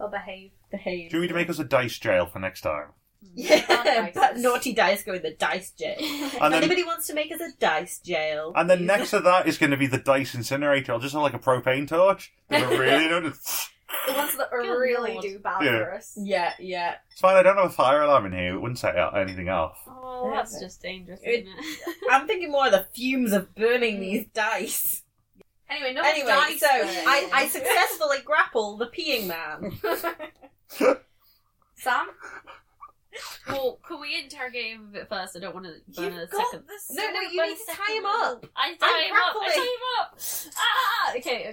Speaker 4: I'll behave.
Speaker 3: Do
Speaker 6: behave.
Speaker 3: you need to make us a dice jail for next time?
Speaker 6: Yeah,
Speaker 4: Dice.
Speaker 6: but naughty dice go in the dice jail. If
Speaker 3: And then,
Speaker 6: Anybody wants to make us a dice jail?
Speaker 3: and then
Speaker 6: please.
Speaker 3: next to that is going to be the dice incinerator. I'll just have like a propane torch. I really don't. It's
Speaker 4: The ones that
Speaker 5: Good
Speaker 4: really
Speaker 5: Lord.
Speaker 4: do bad
Speaker 3: Yeah.
Speaker 4: for us.
Speaker 6: Yeah, yeah.
Speaker 3: fine. I don't have a fire alarm in here. It wouldn't set out anything off.
Speaker 5: Oh, that's just dangerous,
Speaker 6: It-
Speaker 5: isn't it?
Speaker 6: I'm thinking more of the fumes of burning these dice.
Speaker 4: Anyway, no
Speaker 6: Anyway,
Speaker 4: Mm. dice.
Speaker 6: so I, I successfully grapple the peeing man.
Speaker 4: Sam,
Speaker 5: well, could we interrogate him a bit first? I don't want to burn a
Speaker 6: You've got
Speaker 5: second.
Speaker 6: No, no, you need to tie him up.
Speaker 5: I tie
Speaker 6: I'm
Speaker 5: him up.
Speaker 6: grappling.
Speaker 5: I tie him up. Ah! Okay,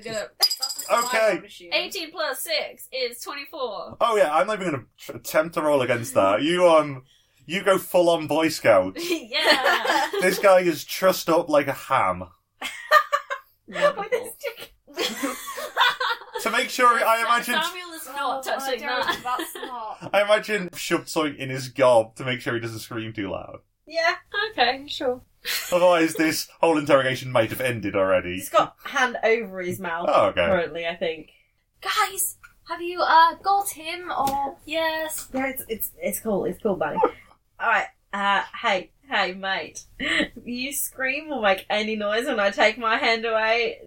Speaker 5: I'm gonna.
Speaker 3: Okay.
Speaker 5: 18 plus 6 is 24.
Speaker 3: Oh yeah, I'm not even going to attempt to roll against that. You um, you go full on Boy Scout.
Speaker 5: yeah!
Speaker 3: This guy is trussed up like a ham.
Speaker 6: With a stick.
Speaker 3: To make sure, I imagine,
Speaker 5: Samuel is
Speaker 6: Oh,
Speaker 5: not touching that.
Speaker 4: Oh, That's not.
Speaker 3: I imagine shoved something in his gob to make sure he doesn't scream too loud.
Speaker 6: Yeah,
Speaker 5: Okay, sure.
Speaker 3: Otherwise, this whole interrogation might have ended already.
Speaker 6: he's got hand over his mouth
Speaker 3: Oh, okay.
Speaker 6: currently, I think.
Speaker 4: Guys, have you uh got him or
Speaker 5: Yes.
Speaker 6: Yeah, it's it's it's cool. It's cool, buddy. All right. Uh, hey, hey, mate. You scream or make any noise when I take my hand away,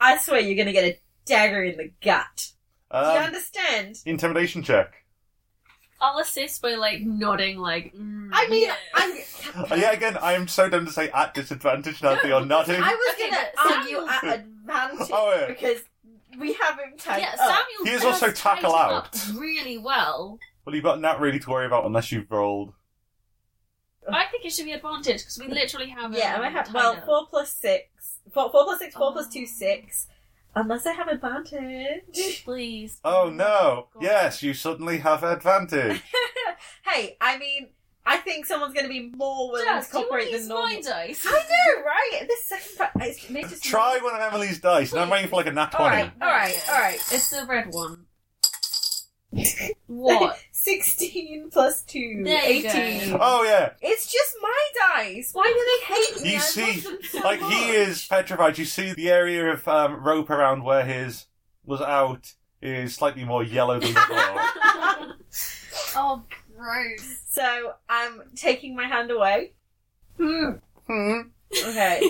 Speaker 6: I swear you're gonna get a dagger in the gut. Do you
Speaker 3: Um,
Speaker 6: understand?
Speaker 3: intimidation check.
Speaker 5: I'll assist by, like, nodding, like, mm,
Speaker 6: I mean,
Speaker 5: yeah.
Speaker 6: I'm.
Speaker 3: Uh, yeah, again, I am so dumb to say at disadvantage now that you're nodding.
Speaker 6: I was
Speaker 5: Okay,
Speaker 6: gonna
Speaker 5: but
Speaker 6: argue at advantage
Speaker 3: Oh, yeah.
Speaker 6: because we have him tied
Speaker 5: Yeah,
Speaker 6: up.
Speaker 5: Samuel
Speaker 3: He is
Speaker 5: does
Speaker 3: also
Speaker 5: tied him
Speaker 3: tackle
Speaker 5: up
Speaker 3: out.
Speaker 5: really well.
Speaker 3: Well, you've got that really to worry about unless you've rolled.
Speaker 5: I think it should be advantage because we literally have.
Speaker 6: yeah,
Speaker 5: um,
Speaker 6: I have.
Speaker 5: tied
Speaker 6: Well,
Speaker 5: up.
Speaker 6: four plus six. Four, four plus six. Four plus
Speaker 5: Oh.
Speaker 6: two. Six. Unless I have advantage.
Speaker 5: please.
Speaker 3: Oh no!
Speaker 5: God.
Speaker 3: Yes, you suddenly have advantage.
Speaker 6: hey, I mean, I think someone's going to be more willing
Speaker 5: Jazz,
Speaker 6: to
Speaker 5: do you want
Speaker 6: cooperate
Speaker 5: these
Speaker 6: than normal.
Speaker 5: my dice?
Speaker 6: I know, right? This second part, it's, it just
Speaker 3: Try one of Emily's dice, and I'm waiting for like a nat
Speaker 6: All
Speaker 3: twenty.
Speaker 6: right, all right, all right.
Speaker 5: It's the red one. What?
Speaker 6: Sixteen plus two.
Speaker 5: There you go.
Speaker 6: Eighteen.
Speaker 3: Oh yeah,
Speaker 6: It's just my dice. Why do they hate me?
Speaker 3: You
Speaker 6: I love
Speaker 3: see,
Speaker 6: them so
Speaker 3: like he
Speaker 6: much.
Speaker 3: is petrified. You see the area of um, rope around where his was out is slightly more yellow than before.
Speaker 4: oh gross?
Speaker 6: So I'm taking my hand away.
Speaker 3: hmm.
Speaker 6: Okay.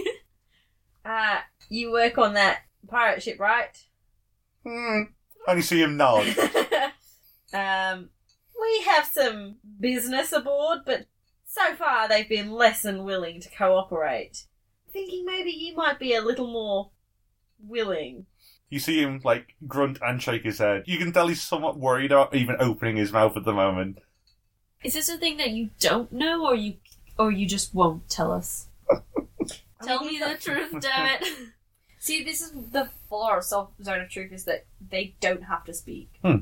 Speaker 6: uh, you work on that pirate ship, right?
Speaker 3: Hmm. And you see him nod.
Speaker 6: um, we have some business aboard, but so far they've been less than willing to cooperate. Thinking maybe you might be a little more willing.
Speaker 3: You see him like grunt and shake his head. You can tell he's somewhat worried about even opening his mouth at the moment.
Speaker 5: Is this a thing that you don't know, or you, or you just won't tell us? tell me the truth, damn it!
Speaker 4: See, this is the flaw of Self Zone of Truth is that they don't have to speak.
Speaker 6: I
Speaker 4: Yeah,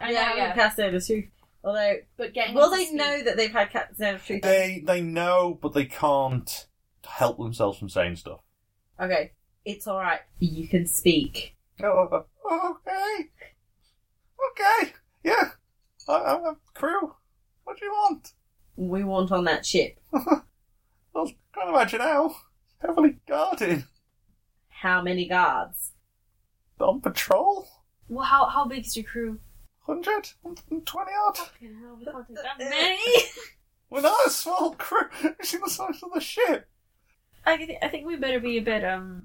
Speaker 6: know
Speaker 4: yeah.
Speaker 6: yeah. Castaneda's truth. Although,
Speaker 4: But getting
Speaker 6: will
Speaker 4: them to
Speaker 6: they
Speaker 4: speak-
Speaker 6: know that they've had Castaneda's truth?
Speaker 3: They they know, but they can't help themselves from saying stuff.
Speaker 6: Okay, it's all right. You can speak.
Speaker 3: Oh, okay, okay, yeah. I, I, I'm crew. What do you want?
Speaker 6: We want on that ship.
Speaker 3: I can't imagine how. Heavily guarded.
Speaker 6: How many guards?
Speaker 3: On patrol?
Speaker 5: Well, how how big is your crew?
Speaker 3: 100? 120 odd?
Speaker 5: Fucking hell, we can't take that many.
Speaker 3: We're not a small crew. Have you seen the size of the ship?
Speaker 5: I think I think we better be a bit um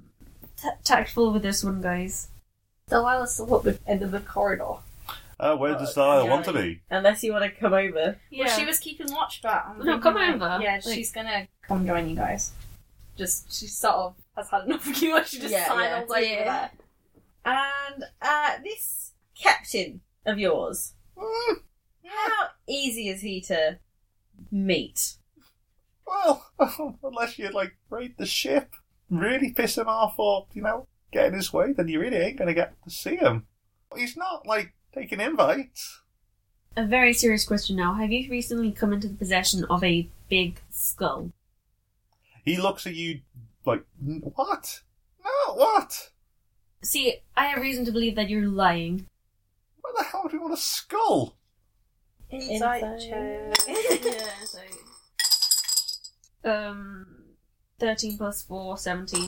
Speaker 5: t- tactful with this one, guys.
Speaker 4: Delilah's still at the end of the corridor.
Speaker 3: Uh, where does Dahlia want to be?
Speaker 6: Unless you want to come over.
Speaker 4: Well, she was keeping watch, but I'm
Speaker 5: No,
Speaker 4: thinking,
Speaker 5: come
Speaker 4: like,
Speaker 5: over.
Speaker 4: Yeah,
Speaker 5: Like-
Speaker 4: she's gonna come join you guys. Just she sort of has had enough of you. and She just
Speaker 6: Yeah,
Speaker 4: sidles
Speaker 6: yeah.
Speaker 4: over
Speaker 6: Yeah.
Speaker 4: there.
Speaker 6: And uh, this captain of yours,
Speaker 3: Hmm,
Speaker 6: how easy is he to meet?
Speaker 3: well, unless you, like, raid the ship, really piss him off or, you know, get in his way, then you really ain't going to get to see him. He's not, like, taking invites.
Speaker 5: A very serious question now. Have you recently come into the possession of a big skull?
Speaker 3: He looks at you like, "N- what? No, what?
Speaker 5: See, I have reason to believe that you're lying.
Speaker 3: Where the hell do you want a skull?
Speaker 4: Insight
Speaker 5: yeah, so. Um, 13 plus 4, 17.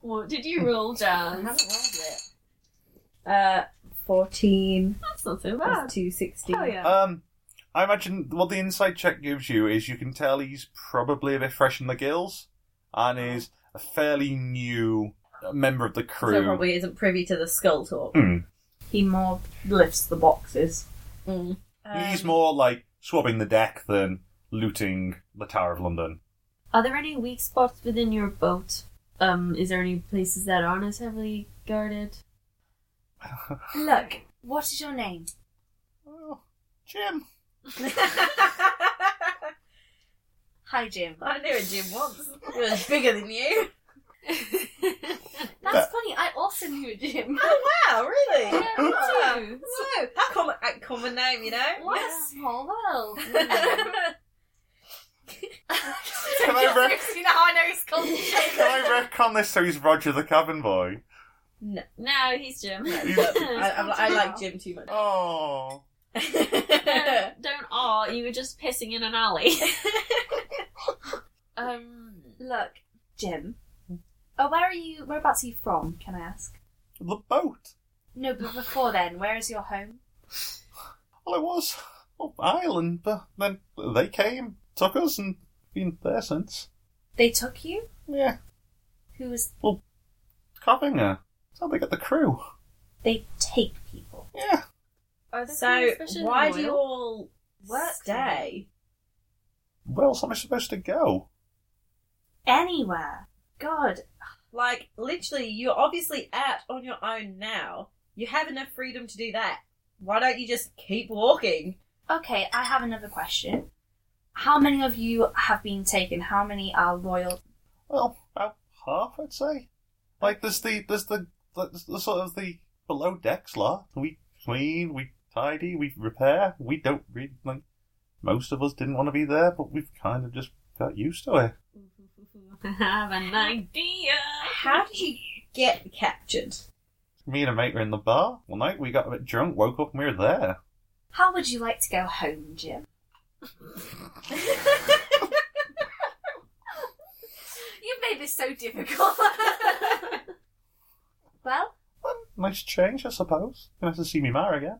Speaker 5: What did you roll down?
Speaker 6: Uh, 14
Speaker 5: That's not so
Speaker 6: plus
Speaker 5: bad.
Speaker 6: 260.
Speaker 5: Oh, yeah.
Speaker 3: Um, I imagine what the inside check gives you is you can tell he's probably a bit fresh in the gills and is a fairly new member of the
Speaker 6: So
Speaker 3: crew.
Speaker 6: probably isn't privy to the skull talk.
Speaker 3: Hmm.
Speaker 4: He more lifts the boxes.
Speaker 6: Mm.
Speaker 3: he's more like swabbing the deck than looting the Tower of London.
Speaker 5: Are there any weak spots within your boat? Um, is there any places that aren't as heavily guarded?
Speaker 4: Look, what is your name?
Speaker 3: Oh, Jim.
Speaker 4: Hi, Jim.
Speaker 6: I knew a Jim once. It was bigger than you.
Speaker 4: That's funny. I also knew a Jim.
Speaker 6: Oh, wow, really?
Speaker 4: Yeah, me
Speaker 6: Wow.
Speaker 4: too.
Speaker 6: Wow. How common, a common name, you know?
Speaker 4: What a small world.
Speaker 3: Can I re-
Speaker 4: Seriously, now I know he's called Jim.
Speaker 3: Can I retcon this so he's Roger the cabin boy?
Speaker 6: no.
Speaker 5: No, he's Jim.
Speaker 6: I, I, I like Jim too much.
Speaker 3: Oh.
Speaker 5: No, don't aw, you were just pissing in an alley. um,
Speaker 4: Look, Jim. Oh, where are you? Whereabouts are you from? Can I ask?
Speaker 3: The boat.
Speaker 4: No, but before then, where is your home?
Speaker 3: Well, it was up Ireland, but then they came, took us, and been there since.
Speaker 4: They took you.
Speaker 3: Yeah.
Speaker 4: Who was?
Speaker 3: Coppinger. That's how they got the crew.
Speaker 4: They take people.
Speaker 3: Yeah.
Speaker 5: are there
Speaker 6: So,
Speaker 5: things special in
Speaker 6: why
Speaker 5: oil?
Speaker 6: do you all
Speaker 4: Work
Speaker 6: stay?
Speaker 3: Where else am I supposed to go?
Speaker 4: Anywhere. God.
Speaker 6: Like, literally, you're obviously out on your own now. You have enough freedom to do that. Why don't you just keep walking?
Speaker 4: Okay, I have another question. How many of you have been taken? How many are loyal?
Speaker 3: Well, about half, I'd say. Like there's the there's the there's the sort of the below decks lot. We clean, we tidy, we repair. We don't really like. Most of us didn't want to be there, but we've kind of just got used to it.
Speaker 5: I have an idea.
Speaker 6: How did you get captured?
Speaker 3: Me and a mate were in the bar one night. We got a bit drunk, woke up, and we were there.
Speaker 4: How would you like to go home, Jim? you made this so difficult. well,
Speaker 3: Well, nice change, I suppose. Gonna have to see me mar again.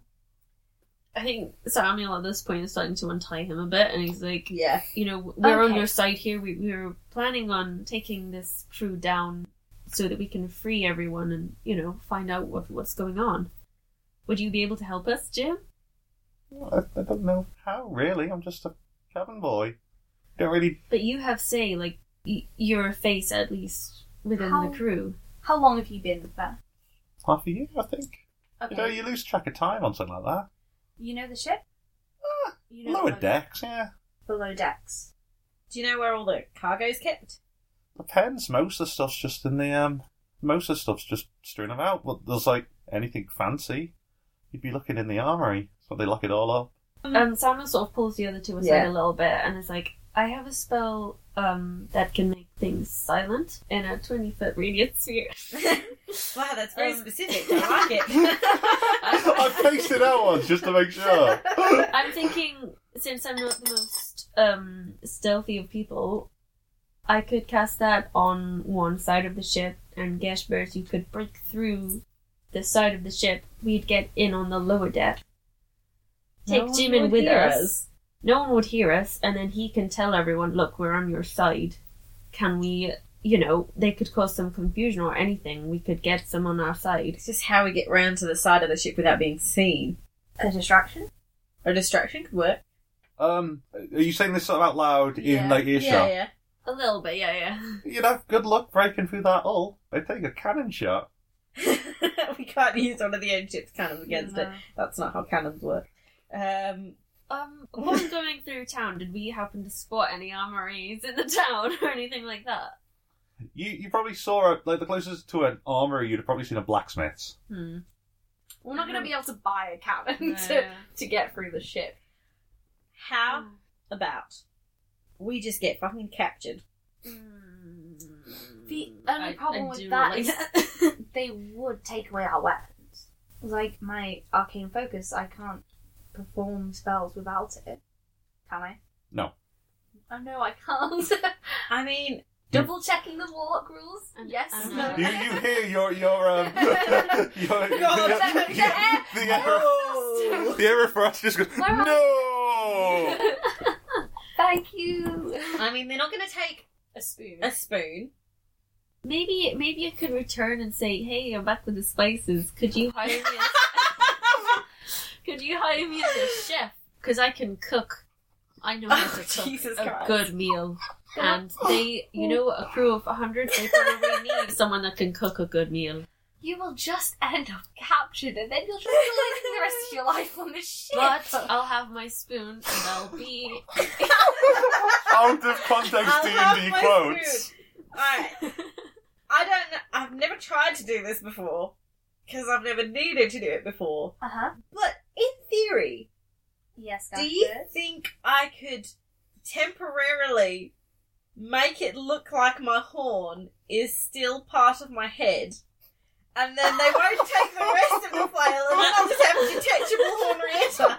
Speaker 5: I think Samuel at this point is starting to untie him a bit, and he's like,
Speaker 6: Yeah.
Speaker 5: you know, we're on
Speaker 4: Okay.
Speaker 5: your side here. We, we were planning on taking this crew down so that we can free everyone and, you know, find out what, what's going on. Would you be able to help us, Jim?
Speaker 3: I, I don't know how really. I'm just a cabin boy. Don't really
Speaker 5: But you have say, like, y- you're a face at least within
Speaker 4: How-
Speaker 5: the crew.
Speaker 4: How long have you been there?
Speaker 3: Half a year, I think. You know,
Speaker 4: Okay.
Speaker 3: you lose track of time on something like that.
Speaker 4: You know the ship?
Speaker 3: Ah,
Speaker 4: You know
Speaker 3: lower
Speaker 4: the-
Speaker 3: decks, yeah.
Speaker 4: Below decks.
Speaker 6: Do you know where all the cargo's kept?
Speaker 3: Depends. Most of the stuff's just in the um. Most of the stuff's just strewn about. But there's like anything fancy, you'd be looking in the armory. So they lock it all up.
Speaker 4: Mm.
Speaker 5: Um, Samuel sort of pulls the other two aside
Speaker 6: Yeah.
Speaker 5: a little bit and is like, I have a spell um, that can make things silent in a 20 foot radius sphere.
Speaker 6: Wow, that's very
Speaker 5: Um,
Speaker 6: specific. I like it.
Speaker 3: I faced it out once just to make sure.
Speaker 5: I'm thinking, since I'm not the most um, stealthy of people, I could cast that on one side of the ship, and Gashbert, you could break through the side of the ship. We'd get in on the lower deck.
Speaker 6: No
Speaker 5: Take
Speaker 6: one
Speaker 5: Jim in
Speaker 6: would
Speaker 5: with
Speaker 6: hear
Speaker 5: us. No one would hear us, and then he can tell everyone, look, we're on your side. Can we, you know, they could cause some confusion or anything. We could get some on our side.
Speaker 6: It's just how we get round to the side of the ship without being seen.
Speaker 4: A distraction?
Speaker 6: A distraction could work.
Speaker 3: Um, are you saying this out loud
Speaker 5: Yeah.
Speaker 3: in like earshot?
Speaker 6: yeah.
Speaker 5: A little bit, yeah, yeah.
Speaker 3: You'd have good luck breaking through that hull. They take a cannon shot.
Speaker 6: we can't use one of the end ship's cannons against it. That's not how cannons work. Um,
Speaker 5: Um, upon going through town, did we happen to spot any armories in the town or anything like that?
Speaker 3: You you probably saw a, like the closest to an armory. You'd have probably seen a blacksmith's.
Speaker 5: Hmm.
Speaker 7: We're not going
Speaker 4: Mm-hmm.
Speaker 7: to be able to buy a cannon to,
Speaker 5: No.
Speaker 7: to get through the ship.
Speaker 6: how about we just get fucking captured?
Speaker 4: The
Speaker 5: I-
Speaker 4: only
Speaker 5: Mm, I
Speaker 4: problem
Speaker 5: do
Speaker 4: with that
Speaker 5: like
Speaker 4: is they would take away our weapons. Like my arcane focus, I can't perform spells without it. Can I?
Speaker 3: No.
Speaker 4: Oh no, I can't.
Speaker 6: I mean,
Speaker 4: Double checking the warlock rules.
Speaker 5: And-
Speaker 4: yes.
Speaker 5: and-
Speaker 4: no.
Speaker 3: You, you hear your your um your,
Speaker 6: God,
Speaker 3: your-
Speaker 6: that-
Speaker 3: your- the error
Speaker 6: oh,
Speaker 3: the error for us just goes
Speaker 4: Where are-
Speaker 3: no.
Speaker 4: Thank you.
Speaker 6: I mean, they're not going to take
Speaker 7: A spoon.
Speaker 6: a spoon.
Speaker 5: Maybe, maybe I could return and say, "Hey, I'm back with the spices. Could you hire me? As, could you hire me as a chef? Because I can cook. I know how to
Speaker 6: Oh,
Speaker 5: cook
Speaker 6: Jesus
Speaker 5: a
Speaker 6: Christ.
Speaker 5: good meal. And they, you know, a crew of hundred, they probably need someone that can cook a good meal.
Speaker 4: You will just end up captured, and then you'll just be living the rest of your life on this ship.
Speaker 5: But uh, I'll have my spoon, and I'll be
Speaker 3: Out of context
Speaker 6: I'll
Speaker 3: D
Speaker 6: have
Speaker 3: and D
Speaker 6: my
Speaker 3: quotes.
Speaker 5: Oh
Speaker 6: Alright. I don't know. I've never tried to do this before because I've never needed to do it before.
Speaker 4: uh huh.
Speaker 6: But in theory,
Speaker 4: Yes,
Speaker 6: do you think I could temporarily make it look like my horn is still part of my head? And then they won't take the rest of the flail, and then I'll just have a detachable hornrietta.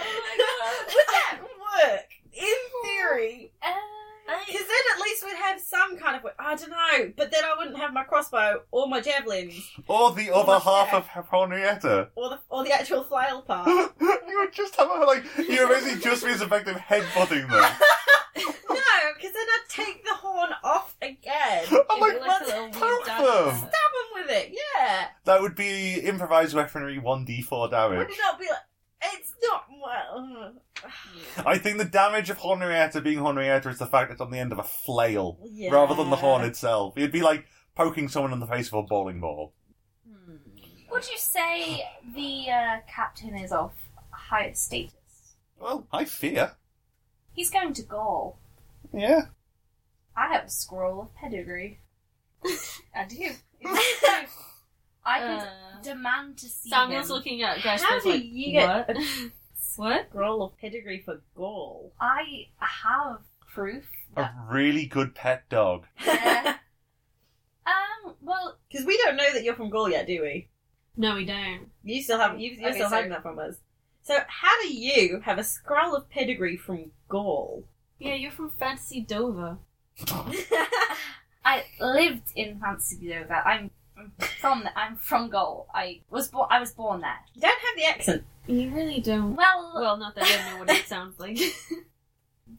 Speaker 3: Oh
Speaker 6: Would that work? In theory,
Speaker 4: Uh,
Speaker 6: because then at least we'd have some kind of. I don't know, but then I wouldn't have my crossbow or my javelins
Speaker 3: Or the
Speaker 6: Oh
Speaker 3: other
Speaker 6: my
Speaker 3: half
Speaker 6: God.
Speaker 3: of Henrietta.
Speaker 6: or the or the actual flail part.
Speaker 3: you would just have a, like you would basically just be as effective headbutting them.
Speaker 6: No, because then I'd take the horn off
Speaker 3: I'm
Speaker 6: again.
Speaker 5: It'd be
Speaker 3: like,
Speaker 5: like a little
Speaker 6: what?
Speaker 5: weed
Speaker 3: poke
Speaker 5: dagger.
Speaker 3: them.
Speaker 6: Stab 'em with it, yeah.
Speaker 3: that would be improvised weaponry one d four
Speaker 6: Would
Speaker 3: damage.
Speaker 6: it not be like? It's not well.
Speaker 3: I think the damage of Henrietta being Henrietta is the fact it's on the end of a flail
Speaker 6: Yeah.
Speaker 3: rather than the horn itself. It'd be like poking someone in the face with a bowling ball.
Speaker 4: Would you say the uh, captain is of higher status?
Speaker 3: Well, I fear.
Speaker 4: He's going to Gaul.
Speaker 3: Yeah.
Speaker 4: I have a scroll of pedigree. I do. It's true. I could
Speaker 5: Uh,
Speaker 4: demand to see
Speaker 5: Samuel's
Speaker 4: him.
Speaker 5: looking at Gash.
Speaker 6: How
Speaker 5: goes
Speaker 6: do
Speaker 5: like,
Speaker 6: you get
Speaker 5: what? what?
Speaker 6: Scroll of pedigree for Gaul.
Speaker 4: I have proof.
Speaker 3: A really good pet dog.
Speaker 4: Yeah. um. Well,
Speaker 6: Because we don't know that you're from Gaul yet, do we?
Speaker 5: No, we don't.
Speaker 6: You still haven't. You, you're
Speaker 4: Okay,
Speaker 6: still
Speaker 4: so-
Speaker 6: hiding that from us. So how do you have a scroll of pedigree from Gaul?
Speaker 5: Yeah, you're from Fantasy Dover.
Speaker 4: I lived in Fancy though. That I'm I'm from. The, I'm from Gaul. I was born. I was born there.
Speaker 6: You don't have the accent.
Speaker 5: You really don't.
Speaker 4: Well,
Speaker 5: Well, not that I know what it sounds like.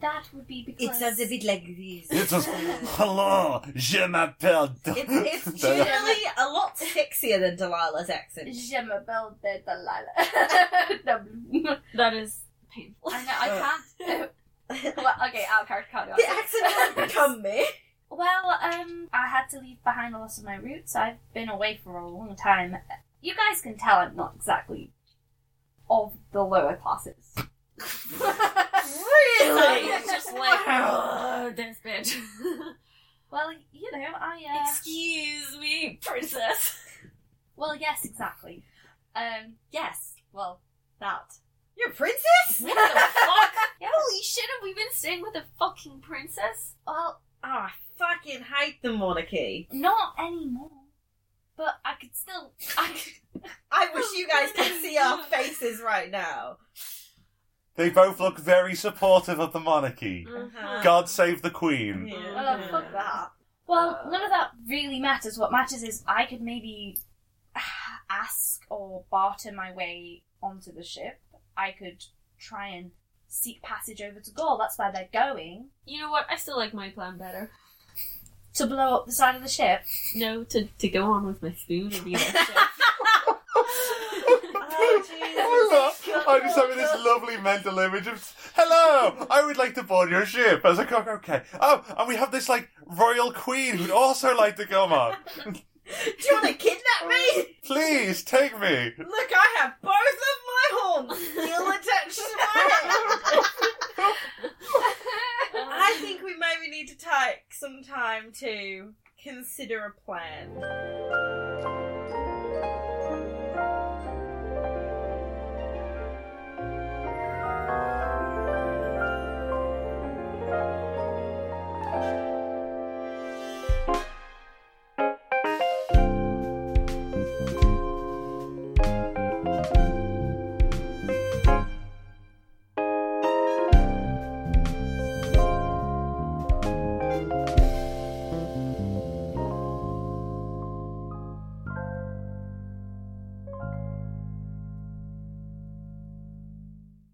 Speaker 4: that would be because
Speaker 6: like this.
Speaker 3: It's just, hello, je m'appelle. Do-"
Speaker 6: It's, it's generally a lot sexier than Delilah's accent.
Speaker 4: Je m'appelle de Delilah. No.
Speaker 5: that is painful.
Speaker 4: I know. I can't. well, okay, our character can't do
Speaker 6: The accent has become me.
Speaker 4: Well, um, I had to leave behind a lot of my roots. I've been away for a long time. You guys can tell I'm not exactly of the lower classes.
Speaker 5: Really? it's just like, oh, this bitch.
Speaker 4: Well, you know, I uh,
Speaker 5: Excuse me, princess.
Speaker 4: well, yes, exactly. Um, yes, well, that.
Speaker 6: You're a princess?
Speaker 5: What the fuck? Holy shit, have we been staying with a fucking princess?
Speaker 4: Well,
Speaker 6: Oh, I fucking hate the monarchy.
Speaker 4: not anymore. But I could still. I could,
Speaker 6: I wish you guys could see our faces right now.
Speaker 3: They both look very supportive of the monarchy.
Speaker 5: Mm-hmm.
Speaker 6: Uh-huh.
Speaker 3: God save the queen.
Speaker 4: oh, fuck that. Well, none of that really matters. What matters is I could maybe ask or barter my way onto the ship. I could try and seek passage over to Gaul. That's where they're going.
Speaker 5: You know what? I still like my plan better.
Speaker 4: To blow up the side of the ship.
Speaker 5: No, to, to go on with my spoon and be like,
Speaker 6: Oh,
Speaker 3: I love- I just having this lovely mental image of hello. I would like to board your ship. I was like, oh, okay. Oh, and we have this like royal queen who'd also like to come on.
Speaker 6: Do you want to kidnap me?
Speaker 3: Please take me.
Speaker 6: Look, I have both of my horns still attached to my head.
Speaker 5: Um,
Speaker 6: I think we maybe need to take some time to consider a plan.